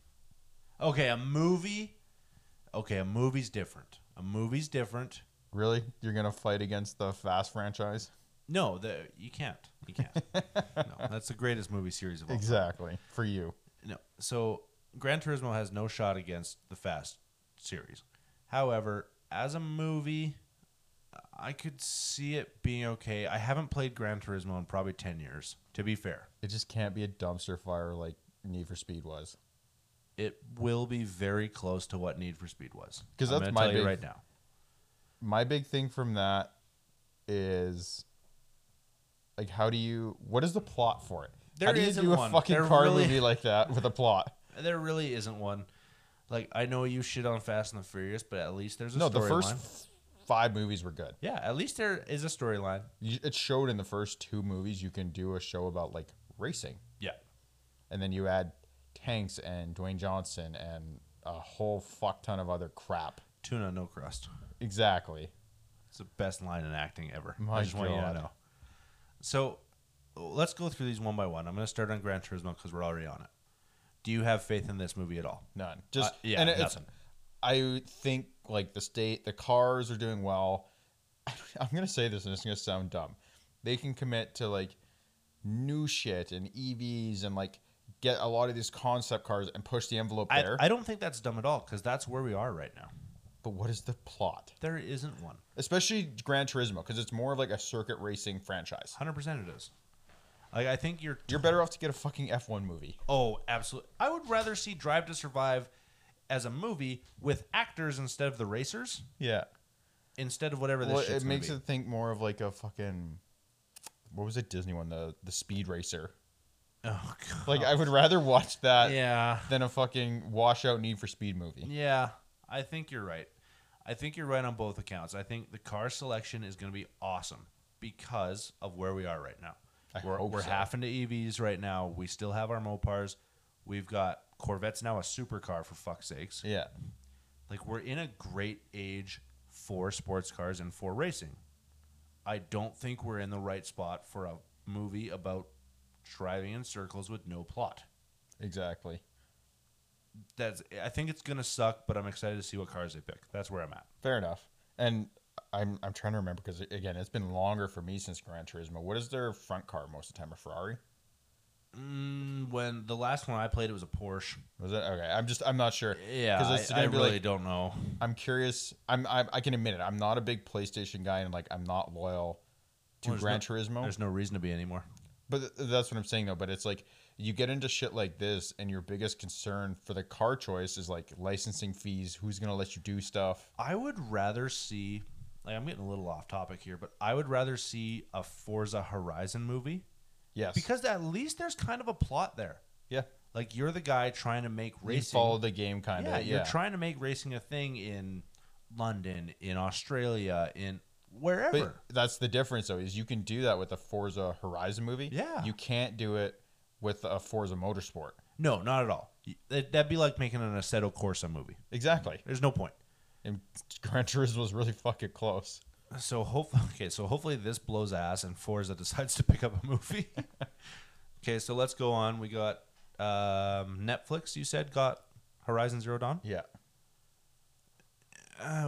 Speaker 1: Okay, a movie. Okay, a movie's different. A movie's different.
Speaker 2: Really, you're gonna fight against the Fast franchise?
Speaker 1: No, the you can't. You
Speaker 2: [LAUGHS]
Speaker 1: can't. no, that's the greatest movie series of all. time.
Speaker 2: Exactly for you.
Speaker 1: No. So Gran Turismo has no shot against the Fast series. However, as a movie, I could see it being okay. I haven't played Gran Turismo in probably 10 years, to be fair.
Speaker 2: It just can't be a dumpster fire like Need for Speed was.
Speaker 1: It will be very close to what Need for Speed was.
Speaker 2: 'Cause
Speaker 1: I'm gonna
Speaker 2: that's my
Speaker 1: tell you
Speaker 2: big-
Speaker 1: right now.
Speaker 2: My big thing from that is like how do you what is the plot for it?
Speaker 1: There
Speaker 2: how do you
Speaker 1: isn't
Speaker 2: do a
Speaker 1: one.
Speaker 2: fucking
Speaker 1: There
Speaker 2: car
Speaker 1: really-
Speaker 2: movie like that with a plot?
Speaker 1: There really isn't one. Like I know you shit on Fast and the Furious, but at least [LAUGHS] there's a
Speaker 2: No, the first
Speaker 1: storyline.
Speaker 2: f- five movies were good.
Speaker 1: Yeah, at least there is a storyline.
Speaker 2: You- It showed in the first two movies you can do a show about like racing
Speaker 1: Yeah.
Speaker 2: and then you add tanks and Dwayne Johnson and a whole fuck ton of other crap.
Speaker 1: Tuna no crust.
Speaker 2: Exactly.
Speaker 1: It's the best line in acting ever.
Speaker 2: My
Speaker 1: I just want you to
Speaker 2: God.
Speaker 1: know. So let's go through these one by one. I'm going to start on Gran Turismo because we're already on it. Do you have faith in this movie at all?
Speaker 2: None. Just
Speaker 1: Uh, yeah,
Speaker 2: and it's-
Speaker 1: nothing.
Speaker 2: I think like the state, the cars are doing well. [LAUGHS] I'm gonna say this, and it's gonna sound dumb. They can commit to like new shit and EVs and like get a lot of these concept cars and push the envelope
Speaker 1: I,
Speaker 2: there.
Speaker 1: I don't think that's dumb at all because that's where we are right now.
Speaker 2: but what is the plot?
Speaker 1: There isn't one.
Speaker 2: Especially Gran Turismo, because it's more of like a circuit racing franchise.
Speaker 1: 100% it is. Like, I think you're.
Speaker 2: You're better off to get a fucking F1 movie.
Speaker 1: Oh, absolutely. I would rather see Drive to Survive as a movie with actors instead of the racers,
Speaker 2: Yeah,
Speaker 1: instead of whatever this
Speaker 2: well,
Speaker 1: shit's
Speaker 2: it makes
Speaker 1: gonna
Speaker 2: it think more of like a fucking what was it Disney one the the Speed Racer.
Speaker 1: be. Oh, God.
Speaker 2: Like I would rather watch that
Speaker 1: yeah.
Speaker 2: than a fucking washout Need for Speed movie.
Speaker 1: Yeah, I think you're right. I think you're right on both accounts. I think the car selection is going to be awesome because of where we are right now.
Speaker 2: I
Speaker 1: we're
Speaker 2: hope
Speaker 1: we're
Speaker 2: so.
Speaker 1: half into EVs right now. We still have our Mopars. We've got Corvette's now a supercar for fuck's sakes.
Speaker 2: Yeah.
Speaker 1: Like we're in a great age for sports cars and for racing. I don't think we're in the right spot for a movie about driving in circles with no plot.
Speaker 2: Exactly.
Speaker 1: That's I think it's gonna suck, but I'm excited to see what cars they pick. That's where I'm at.
Speaker 2: Fair enough. And I'm I'm trying to remember because again, it's been longer for me since Gran Turismo. What is their front car most of the time? A Ferrari?
Speaker 1: Mm, when the last one I played, it was a Porsche.
Speaker 2: Was it okay? I'm just I'm not sure.
Speaker 1: Yeah,
Speaker 2: 'Cause it's
Speaker 1: I, I
Speaker 2: gonna be
Speaker 1: really
Speaker 2: like-
Speaker 1: don't know.
Speaker 2: I'm curious. I'm, I'm I can admit it. I'm not a big PlayStation guy, and like I'm not loyal to
Speaker 1: Well, there's
Speaker 2: Gran
Speaker 1: no-
Speaker 2: Turismo.
Speaker 1: There's no reason to be anymore.
Speaker 2: But th- that's what I'm saying though. But it's like you get into shit like this, and your biggest concern for the car choice is like licensing fees. Who's gonna let you do stuff?
Speaker 1: I would rather see, like, I'm getting a little off topic here, but I would rather see a Forza Horizon movie
Speaker 2: Yes,
Speaker 1: because at least there's kind of a plot there.
Speaker 2: yeah,
Speaker 1: Like you're the guy trying to make
Speaker 2: you
Speaker 1: racing.
Speaker 2: follow the game kind of.
Speaker 1: yeah,
Speaker 2: Yeah,
Speaker 1: you're trying to make racing a thing in London, in Australia, in wherever.
Speaker 2: but that's the difference though. Is you can do that with a Forza Horizon movie.
Speaker 1: Yeah.
Speaker 2: you can't do it with a Forza Motorsport.
Speaker 1: no, not at all. Y- that- That'd be like making an Assetto Corsa movie.
Speaker 2: Exactly. [LAUGHS]
Speaker 1: There's no point.
Speaker 2: And Gran Turismo was really fucking close.
Speaker 1: So hopefully, [LAUGHS] okay. So hopefully this blows ass and Forza [LAUGHS] decides to pick up a movie. [LAUGHS] okay, so let's go on. We got um, Netflix. You said got Horizon Zero Dawn.
Speaker 2: Yeah.
Speaker 1: Uh,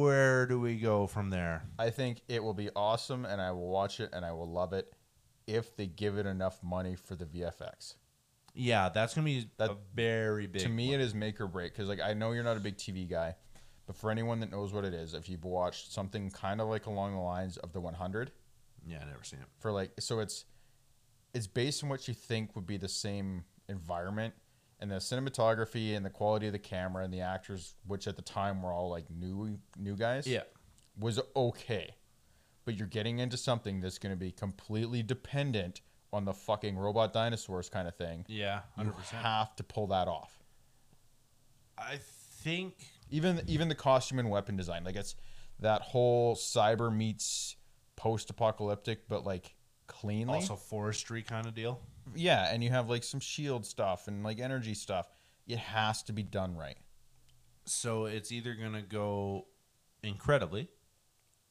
Speaker 1: where do we go from there?
Speaker 2: I think it will be awesome, and I will watch it, and I will love it if they give it enough money for the VFX.
Speaker 1: Yeah, that's gonna be a
Speaker 2: That-
Speaker 1: very big.
Speaker 2: to me, it is make or break because, like, I know you're not a big TV guy, but for anyone that knows what it is, if you've watched something kind of like along the lines of the 100,
Speaker 1: yeah, I never seen it.
Speaker 2: for like, so it's it's based on what you think would be the same environment, and the cinematography and the quality of the camera and the actors, which at the time were all like new new guys, was okay, but you're getting into something that's going to be completely dependent on the fucking robot dinosaurs kind of thing.
Speaker 1: yeah,
Speaker 2: You
Speaker 1: hundred percent.
Speaker 2: have to pull that off.
Speaker 1: I think
Speaker 2: Even even the costume and weapon design, like it's that whole cyber meets post-apocalyptic, but like cleanly.
Speaker 1: also forestry kind of deal.
Speaker 2: yeah, and you have like some shield stuff and like energy stuff. It has to be done right.
Speaker 1: So it's either gonna go incredibly,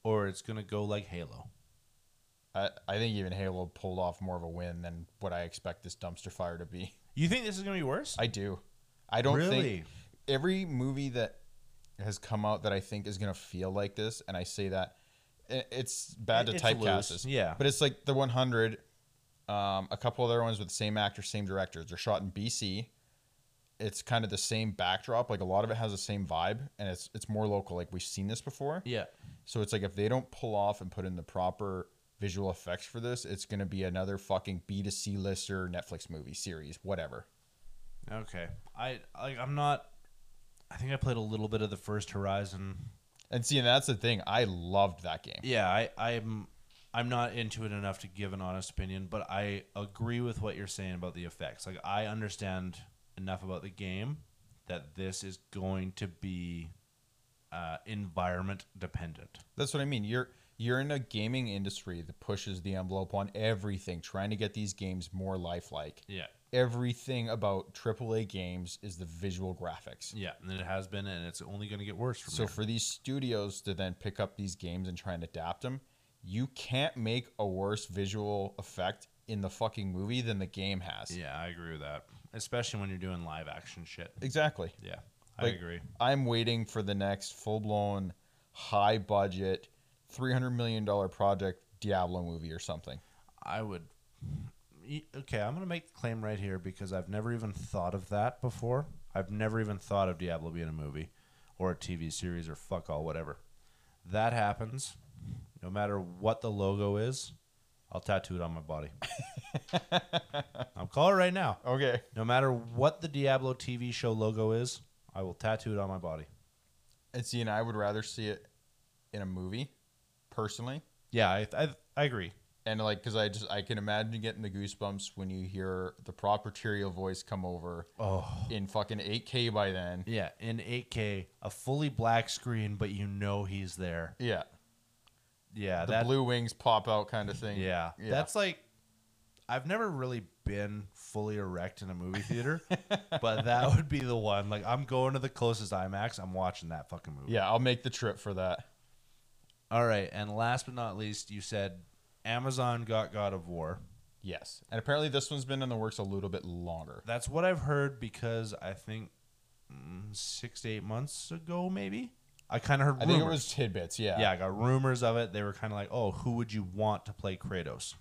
Speaker 1: or it's gonna go like Halo.
Speaker 2: I, I think even Halo pulled off more of a win than what I expect this dumpster fire to be.
Speaker 1: You think this is gonna be worse?
Speaker 2: I do. I don't
Speaker 1: really.
Speaker 2: think every movie that has come out that I think is gonna feel like this, and I say that i- it's bad to
Speaker 1: It's
Speaker 2: typecast
Speaker 1: loose,
Speaker 2: this.
Speaker 1: yeah.
Speaker 2: but it's like the 100. Um, a couple other ones with the same actor, same directors. They're shot in BC. It's kind of the same backdrop. Like a lot of it has the same vibe, and it's it's more local. Like we've seen this before.
Speaker 1: Yeah.
Speaker 2: So it's like if they don't pull off and put in the proper visual effects for this, it's gonna be another fucking B to C lister Netflix movie series, whatever.
Speaker 1: Okay. I like I'm not I think I played a little bit of the first Horizon.
Speaker 2: And see, and that's the thing. I loved that game.
Speaker 1: Yeah, I I'm I'm not into it enough to give an honest opinion, but I agree with what you're saying about the effects. Like I understand enough about the game that this is going to be uh, environment dependent.
Speaker 2: That's what I mean. You're you're in a gaming industry that pushes the envelope on everything, trying to get these games more lifelike.
Speaker 1: Yeah.
Speaker 2: Everything about AAA games is the visual graphics.
Speaker 1: Yeah, and it has been and it's only going to get worse from
Speaker 2: So
Speaker 1: there.
Speaker 2: for these studios to then pick up these games and try and adapt them, you can't make a worse visual effect in the fucking movie than the game has.
Speaker 1: yeah, I agree with that. Especially when you're doing live action shit.
Speaker 2: Exactly.
Speaker 1: Yeah. I
Speaker 2: Like-
Speaker 1: agree.
Speaker 2: I'm waiting for the next full blown, high budget, three hundred million dollar project Diablo movie or something.
Speaker 1: I would. y- Okay, I'm going to make the claim right here because I've never even thought of that before. I've never even thought of Diablo being a movie or a TV series or fuck all, whatever. That happens. No matter what the logo is, I'll tattoo it on my body. I'll call it right now.
Speaker 2: Okay.
Speaker 1: No matter what the Diablo TV show logo is, I will tattoo it on my body.
Speaker 2: And see, and I would rather see it in a movie, personally.
Speaker 1: Yeah, I, I, I agree.
Speaker 2: and like because I just I can imagine getting the goosebumps when you hear the proper Cheerio voice come over
Speaker 1: Oh.
Speaker 2: in fucking 8K by then.
Speaker 1: Yeah, in 8K, a fully black screen, but you know he's there.
Speaker 2: Yeah,
Speaker 1: Yeah,
Speaker 2: the
Speaker 1: that,
Speaker 2: blue wings pop out kind of thing.
Speaker 1: Yeah.
Speaker 2: Yeah.
Speaker 1: That's like I've never really been fully erect in a movie [LAUGHS] theater, but that would be the one. Like I'm going to the closest IMAX, I'm watching that fucking movie.
Speaker 2: yeah, I'll make the trip for that.
Speaker 1: All right, and last but not least, you said Amazon got God of War.
Speaker 2: Yes, and apparently this one's been in the works a little bit longer.
Speaker 1: That's what I've heard because I think mm, 6 to 8 months ago maybe. I kind of heard
Speaker 2: I
Speaker 1: rumors.
Speaker 2: think it was tidbits. Yeah,
Speaker 1: yeah, I got rumors of it. They were kind of like, "Oh, who would you want to play Kratos?"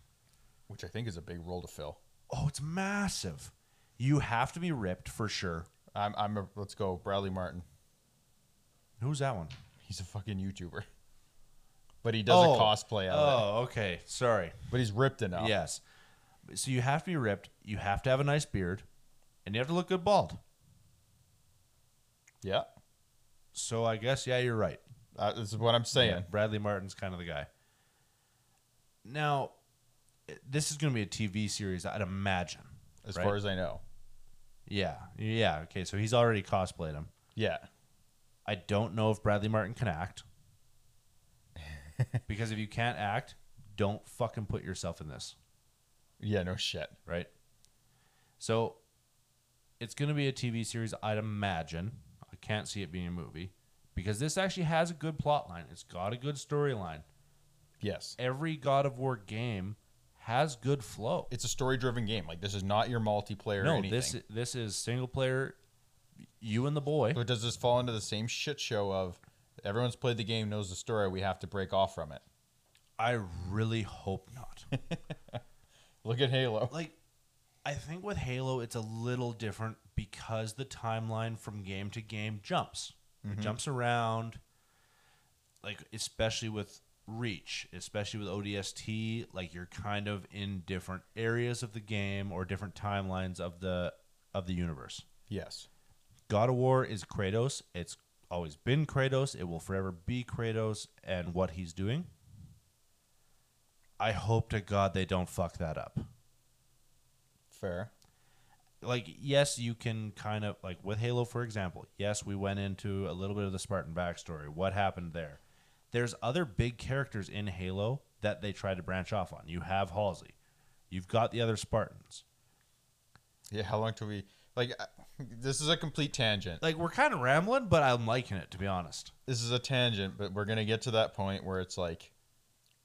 Speaker 2: which I think is a big role to fill.
Speaker 1: Oh, it's massive. You have to be ripped for sure.
Speaker 2: I'm, I'm a, let's go, Bradley Martin.
Speaker 1: Who's that one?
Speaker 2: He's a fucking YouTuber, [LAUGHS] but he does
Speaker 1: Oh.
Speaker 2: a cosplay out of it.
Speaker 1: Oh, okay. Sorry.
Speaker 2: But he's ripped enough.
Speaker 1: Yes. So you have to be ripped. You have to have a nice beard, and you have to look good bald.
Speaker 2: yeah.
Speaker 1: So I guess yeah, you're right.
Speaker 2: Uh, this is what I'm saying.
Speaker 1: Yeah, Bradley Martin's kind of the guy. Now, i- this is going to be a TV series, I'd imagine.
Speaker 2: as
Speaker 1: right?
Speaker 2: far as I know.
Speaker 1: yeah, yeah. Okay, so he's already cosplayed him.
Speaker 2: Yeah.
Speaker 1: I don't know if Bradley Martin can act. because if you can't act, don't fucking put yourself in this.
Speaker 2: Yeah. No shit.
Speaker 1: right? So it's going to be a TV series, I'd imagine. I can't see it being a movie because this actually has a good plot line. It's got a good storyline.
Speaker 2: Yes.
Speaker 1: Every God of War game has good flow.
Speaker 2: It's a story-driven game. Like this is not your multiplayer. or
Speaker 1: No,
Speaker 2: anything.
Speaker 1: this this is single player, you and the boy.
Speaker 2: So does this fall into the same shit show of everyone's played the game, knows the story, we have to break off from it?
Speaker 1: I really hope [LAUGHS] not.
Speaker 2: Look at Halo.
Speaker 1: like I think with Halo it's a little different because the timeline from game to game jumps.
Speaker 2: Mm-hmm.
Speaker 1: It jumps around like especially with Reach, especially with ODST, like you're kind of in different areas of the game or different timelines of the of the universe.
Speaker 2: Yes.
Speaker 1: God of War is Kratos. It's always been Kratos. It will forever be Kratos and what he's doing. I hope to God they don't fuck that up.
Speaker 2: Fair.
Speaker 1: like yes you can kind of like with halo for example yes we went into a little bit of the spartan backstory what happened there there's other big characters in halo that they try to branch off on you have halsey you've got the other spartans
Speaker 2: Yeah. How long till we like? I- This is a complete tangent.
Speaker 1: like we're kind of rambling but i'm liking it to be honest
Speaker 2: This is a tangent, but we're gonna get to that point where it's like,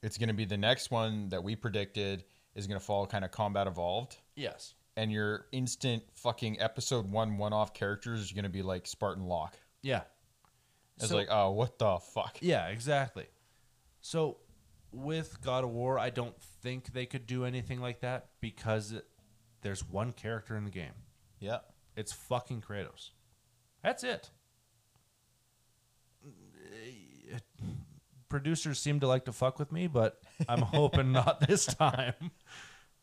Speaker 2: it's gonna be the next one that we predicted is gonna fall kind of combat evolved,
Speaker 1: yes
Speaker 2: and your instant fucking episode one one-off characters is gonna be like Spartan Locke.
Speaker 1: yeah
Speaker 2: It's
Speaker 1: So-
Speaker 2: like, oh, what the fuck?
Speaker 1: Yeah, exactly. So with God of War, I don't think they could do anything like that because it, there's one character in the game.
Speaker 2: Yeah.
Speaker 1: It's fucking Kratos. That's it. Producers seem to like to fuck with me, but
Speaker 2: [LAUGHS]
Speaker 1: I'm hoping not this time.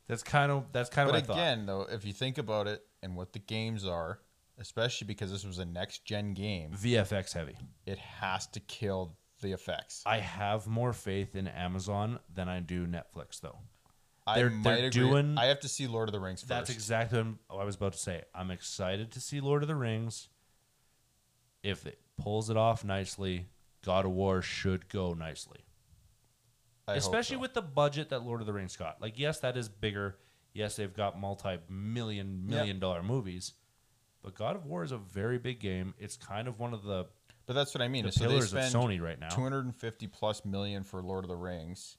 Speaker 1: That's kind of that's kind
Speaker 2: But
Speaker 1: of my thought.
Speaker 2: again, though, if you think about it and what the games are, especially because this was a next gen game,
Speaker 1: VFX heavy.
Speaker 2: it has to kill the effects.
Speaker 1: I have more faith in Amazon than I do Netflix, though.
Speaker 2: I
Speaker 1: they're-
Speaker 2: might
Speaker 1: they're
Speaker 2: agree.
Speaker 1: doing-
Speaker 2: I have to see Lord of the Rings first.
Speaker 1: That's exactly what I'm- what I was about to say. I'm excited to see Lord of the Rings. If it pulls it off nicely, God of War should go nicely.
Speaker 2: I hope
Speaker 1: Especially
Speaker 2: so.
Speaker 1: with the budget that Lord of the Rings got. Like, yes, that is bigger. Yes, they've got multi million, million dollar movies. But God of War is a very big game. It's kind of one of the,
Speaker 2: But that's what I mean.
Speaker 1: the
Speaker 2: so they
Speaker 1: pillars of
Speaker 2: spend
Speaker 1: Sony right now.
Speaker 2: 250 plus million for Lord of the Rings.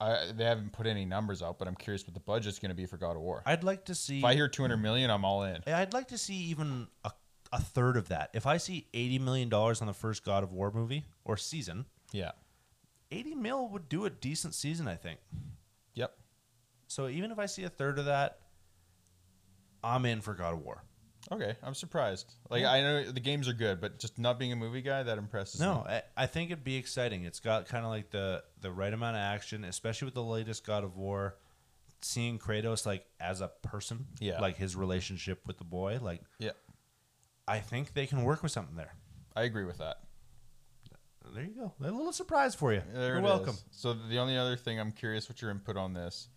Speaker 2: I, they haven't put any numbers out, but I'm curious what the budget's going to be for God of War.
Speaker 1: I'd like to see.
Speaker 2: if I hear 200 million, I'm all in.
Speaker 1: I'd like to see even a, a third of that. If I see $80 million on the first God of War movie or season,
Speaker 2: Yeah.
Speaker 1: 80 mil would do a decent season, I think.
Speaker 2: Yep.
Speaker 1: So even if I see a third of that, I'm in for God of War.
Speaker 2: Okay. I'm surprised. Like I know the games are good, but just not being a movie guy that impresses me.
Speaker 1: No, I, I think it'd be exciting. It's got kind of like the the right amount of action, especially with the latest God of War. Seeing Kratos like as a person,
Speaker 2: Yeah.
Speaker 1: like his relationship with the boy, like
Speaker 2: Yeah.
Speaker 1: I think they can work with something there.
Speaker 2: I agree with that.
Speaker 1: There you go. A little surprise for you.
Speaker 2: There
Speaker 1: You're
Speaker 2: it
Speaker 1: welcome.
Speaker 2: is. So the only other thing I'm curious what your input on this,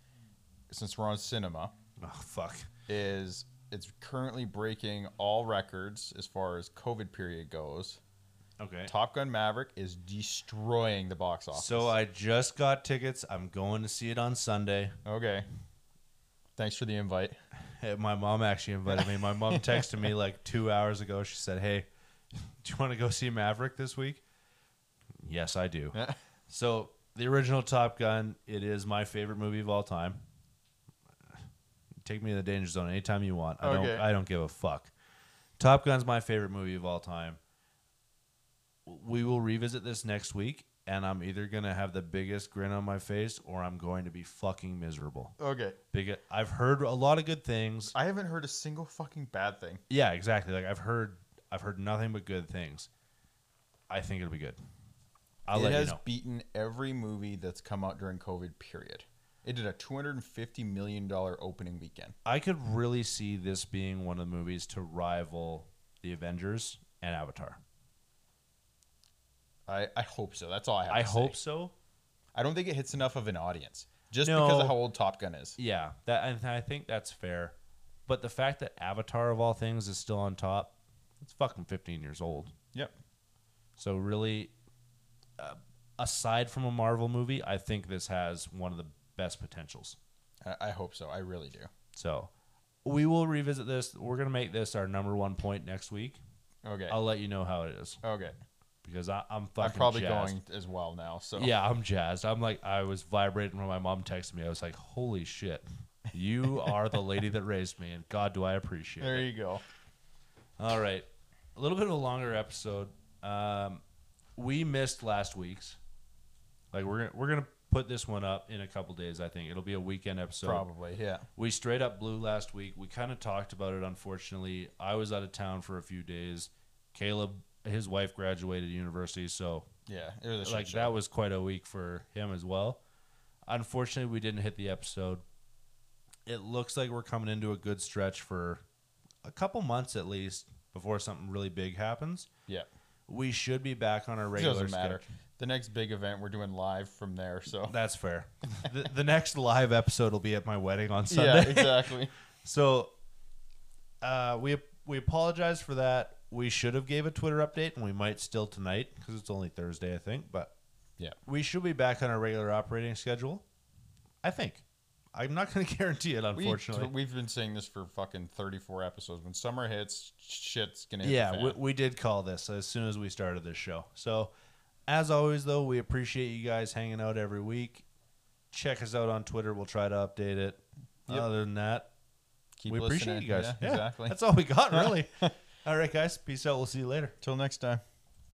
Speaker 2: since we're on cinema,
Speaker 1: Oh fuck.
Speaker 2: is it's currently breaking all records as far as COVID period goes.
Speaker 1: Okay.
Speaker 2: Top Gun Maverick is destroying the box office.
Speaker 1: So I just got tickets. I'm going to see it on Sunday.
Speaker 2: okay. Thanks for the invite. [LAUGHS]
Speaker 1: Hey, My mom actually invited me. My mom texted me like two hours ago. She said, "Hey, [LAUGHS] do you want to go see Maverick this week?" Yes, I do. So the original Top Gun, it is my favorite movie of all time. Take me to the danger zone anytime you want. I
Speaker 2: Okay.
Speaker 1: don't I don't give a fuck. Top Gun's my favorite movie of all time. We will revisit this next week and I'm either going to have the biggest grin on my face or I'm going to be fucking miserable.
Speaker 2: okay.
Speaker 1: Because I've heard a lot of good things.
Speaker 2: I haven't heard a single fucking bad thing.
Speaker 1: Yeah, exactly. Like I've heard I've heard nothing but good things. I think it'll be good. I'll
Speaker 2: it
Speaker 1: let
Speaker 2: has
Speaker 1: you know.
Speaker 2: beaten every movie that's come out during COVID period. It did a $250 million opening weekend.
Speaker 1: I could really see this being one of the movies to rival the Avengers and Avatar.
Speaker 2: I, I hope so. That's all I have
Speaker 1: I
Speaker 2: to say.
Speaker 1: hope so.
Speaker 2: I don't think it hits enough of an audience just
Speaker 1: No.
Speaker 2: because of how old Top Gun is.
Speaker 1: Yeah, that and I think that's fair. But the fact that Avatar of all things is still on top, it's fucking 15 years old.
Speaker 2: Yep.
Speaker 1: So really uh, aside from a Marvel movie, I think this has one of the best potentials.
Speaker 2: I, I hope so. I really do.
Speaker 1: So we will revisit this. We're going to make this our number one point next week.
Speaker 2: Okay.
Speaker 1: I'll let you know how it is
Speaker 2: okay.
Speaker 1: because I, I'm fucking
Speaker 2: I'm probably
Speaker 1: jazzed.
Speaker 2: going as well now. So
Speaker 1: Yeah, I'm jazzed. I'm like, I was vibrating when my mom texted me. I was like, holy shit, you are the lady that raised me, and God, do I appreciate
Speaker 2: There
Speaker 1: it.
Speaker 2: you go.
Speaker 1: All right, a little bit of a longer episode. Um, we missed last week's. Like we're gonna- we're gonna put this one up in a couple days. I think it'll be a weekend episode.
Speaker 2: probably. Yeah.
Speaker 1: We straight up blew last week. We kind of talked about it. Unfortunately, I was out of town for a few days. Caleb, his wife graduated university, so
Speaker 2: Yeah. It was a shit
Speaker 1: like
Speaker 2: show.
Speaker 1: that was quite a week for him as well. Unfortunately, we didn't hit the episode. It looks like we're coming into a good stretch for a couple months at least before something really big happens.
Speaker 2: Yeah.
Speaker 1: We should be back on our
Speaker 2: It
Speaker 1: regular
Speaker 2: doesn't matter.
Speaker 1: schedule.
Speaker 2: The next big event we're doing live from there. So
Speaker 1: That's fair. [LAUGHS] the, the next live episode will be at my wedding on Sunday.
Speaker 2: [LAUGHS] yeah, exactly.
Speaker 1: So uh, we we apologize for that. We should have gave a Twitter update, and we might still tonight because it's only Thursday, I think. But
Speaker 2: Yeah.
Speaker 1: we should be back on our regular operating schedule. I think. I'm not going to [LAUGHS] guarantee it, [LAUGHS]
Speaker 2: We,
Speaker 1: unfortunately.
Speaker 2: we've been saying this for fucking 34 episodes. When summer hits, shit's gonna. Hit
Speaker 1: yeah,
Speaker 2: The fan.
Speaker 1: we, we did call this as soon as we started this show. So, as always, though, we appreciate you guys hanging out every week. Check us out on Twitter. We'll try to update it.
Speaker 2: Yep.
Speaker 1: Other than that,
Speaker 2: Keep
Speaker 1: we appreciate
Speaker 2: listening.
Speaker 1: you guys.
Speaker 2: [LAUGHS] Yeah,
Speaker 1: Yeah,
Speaker 2: Exactly.
Speaker 1: That's all we got, really. all right, guys. Peace out. We'll see you later.
Speaker 2: Till next time.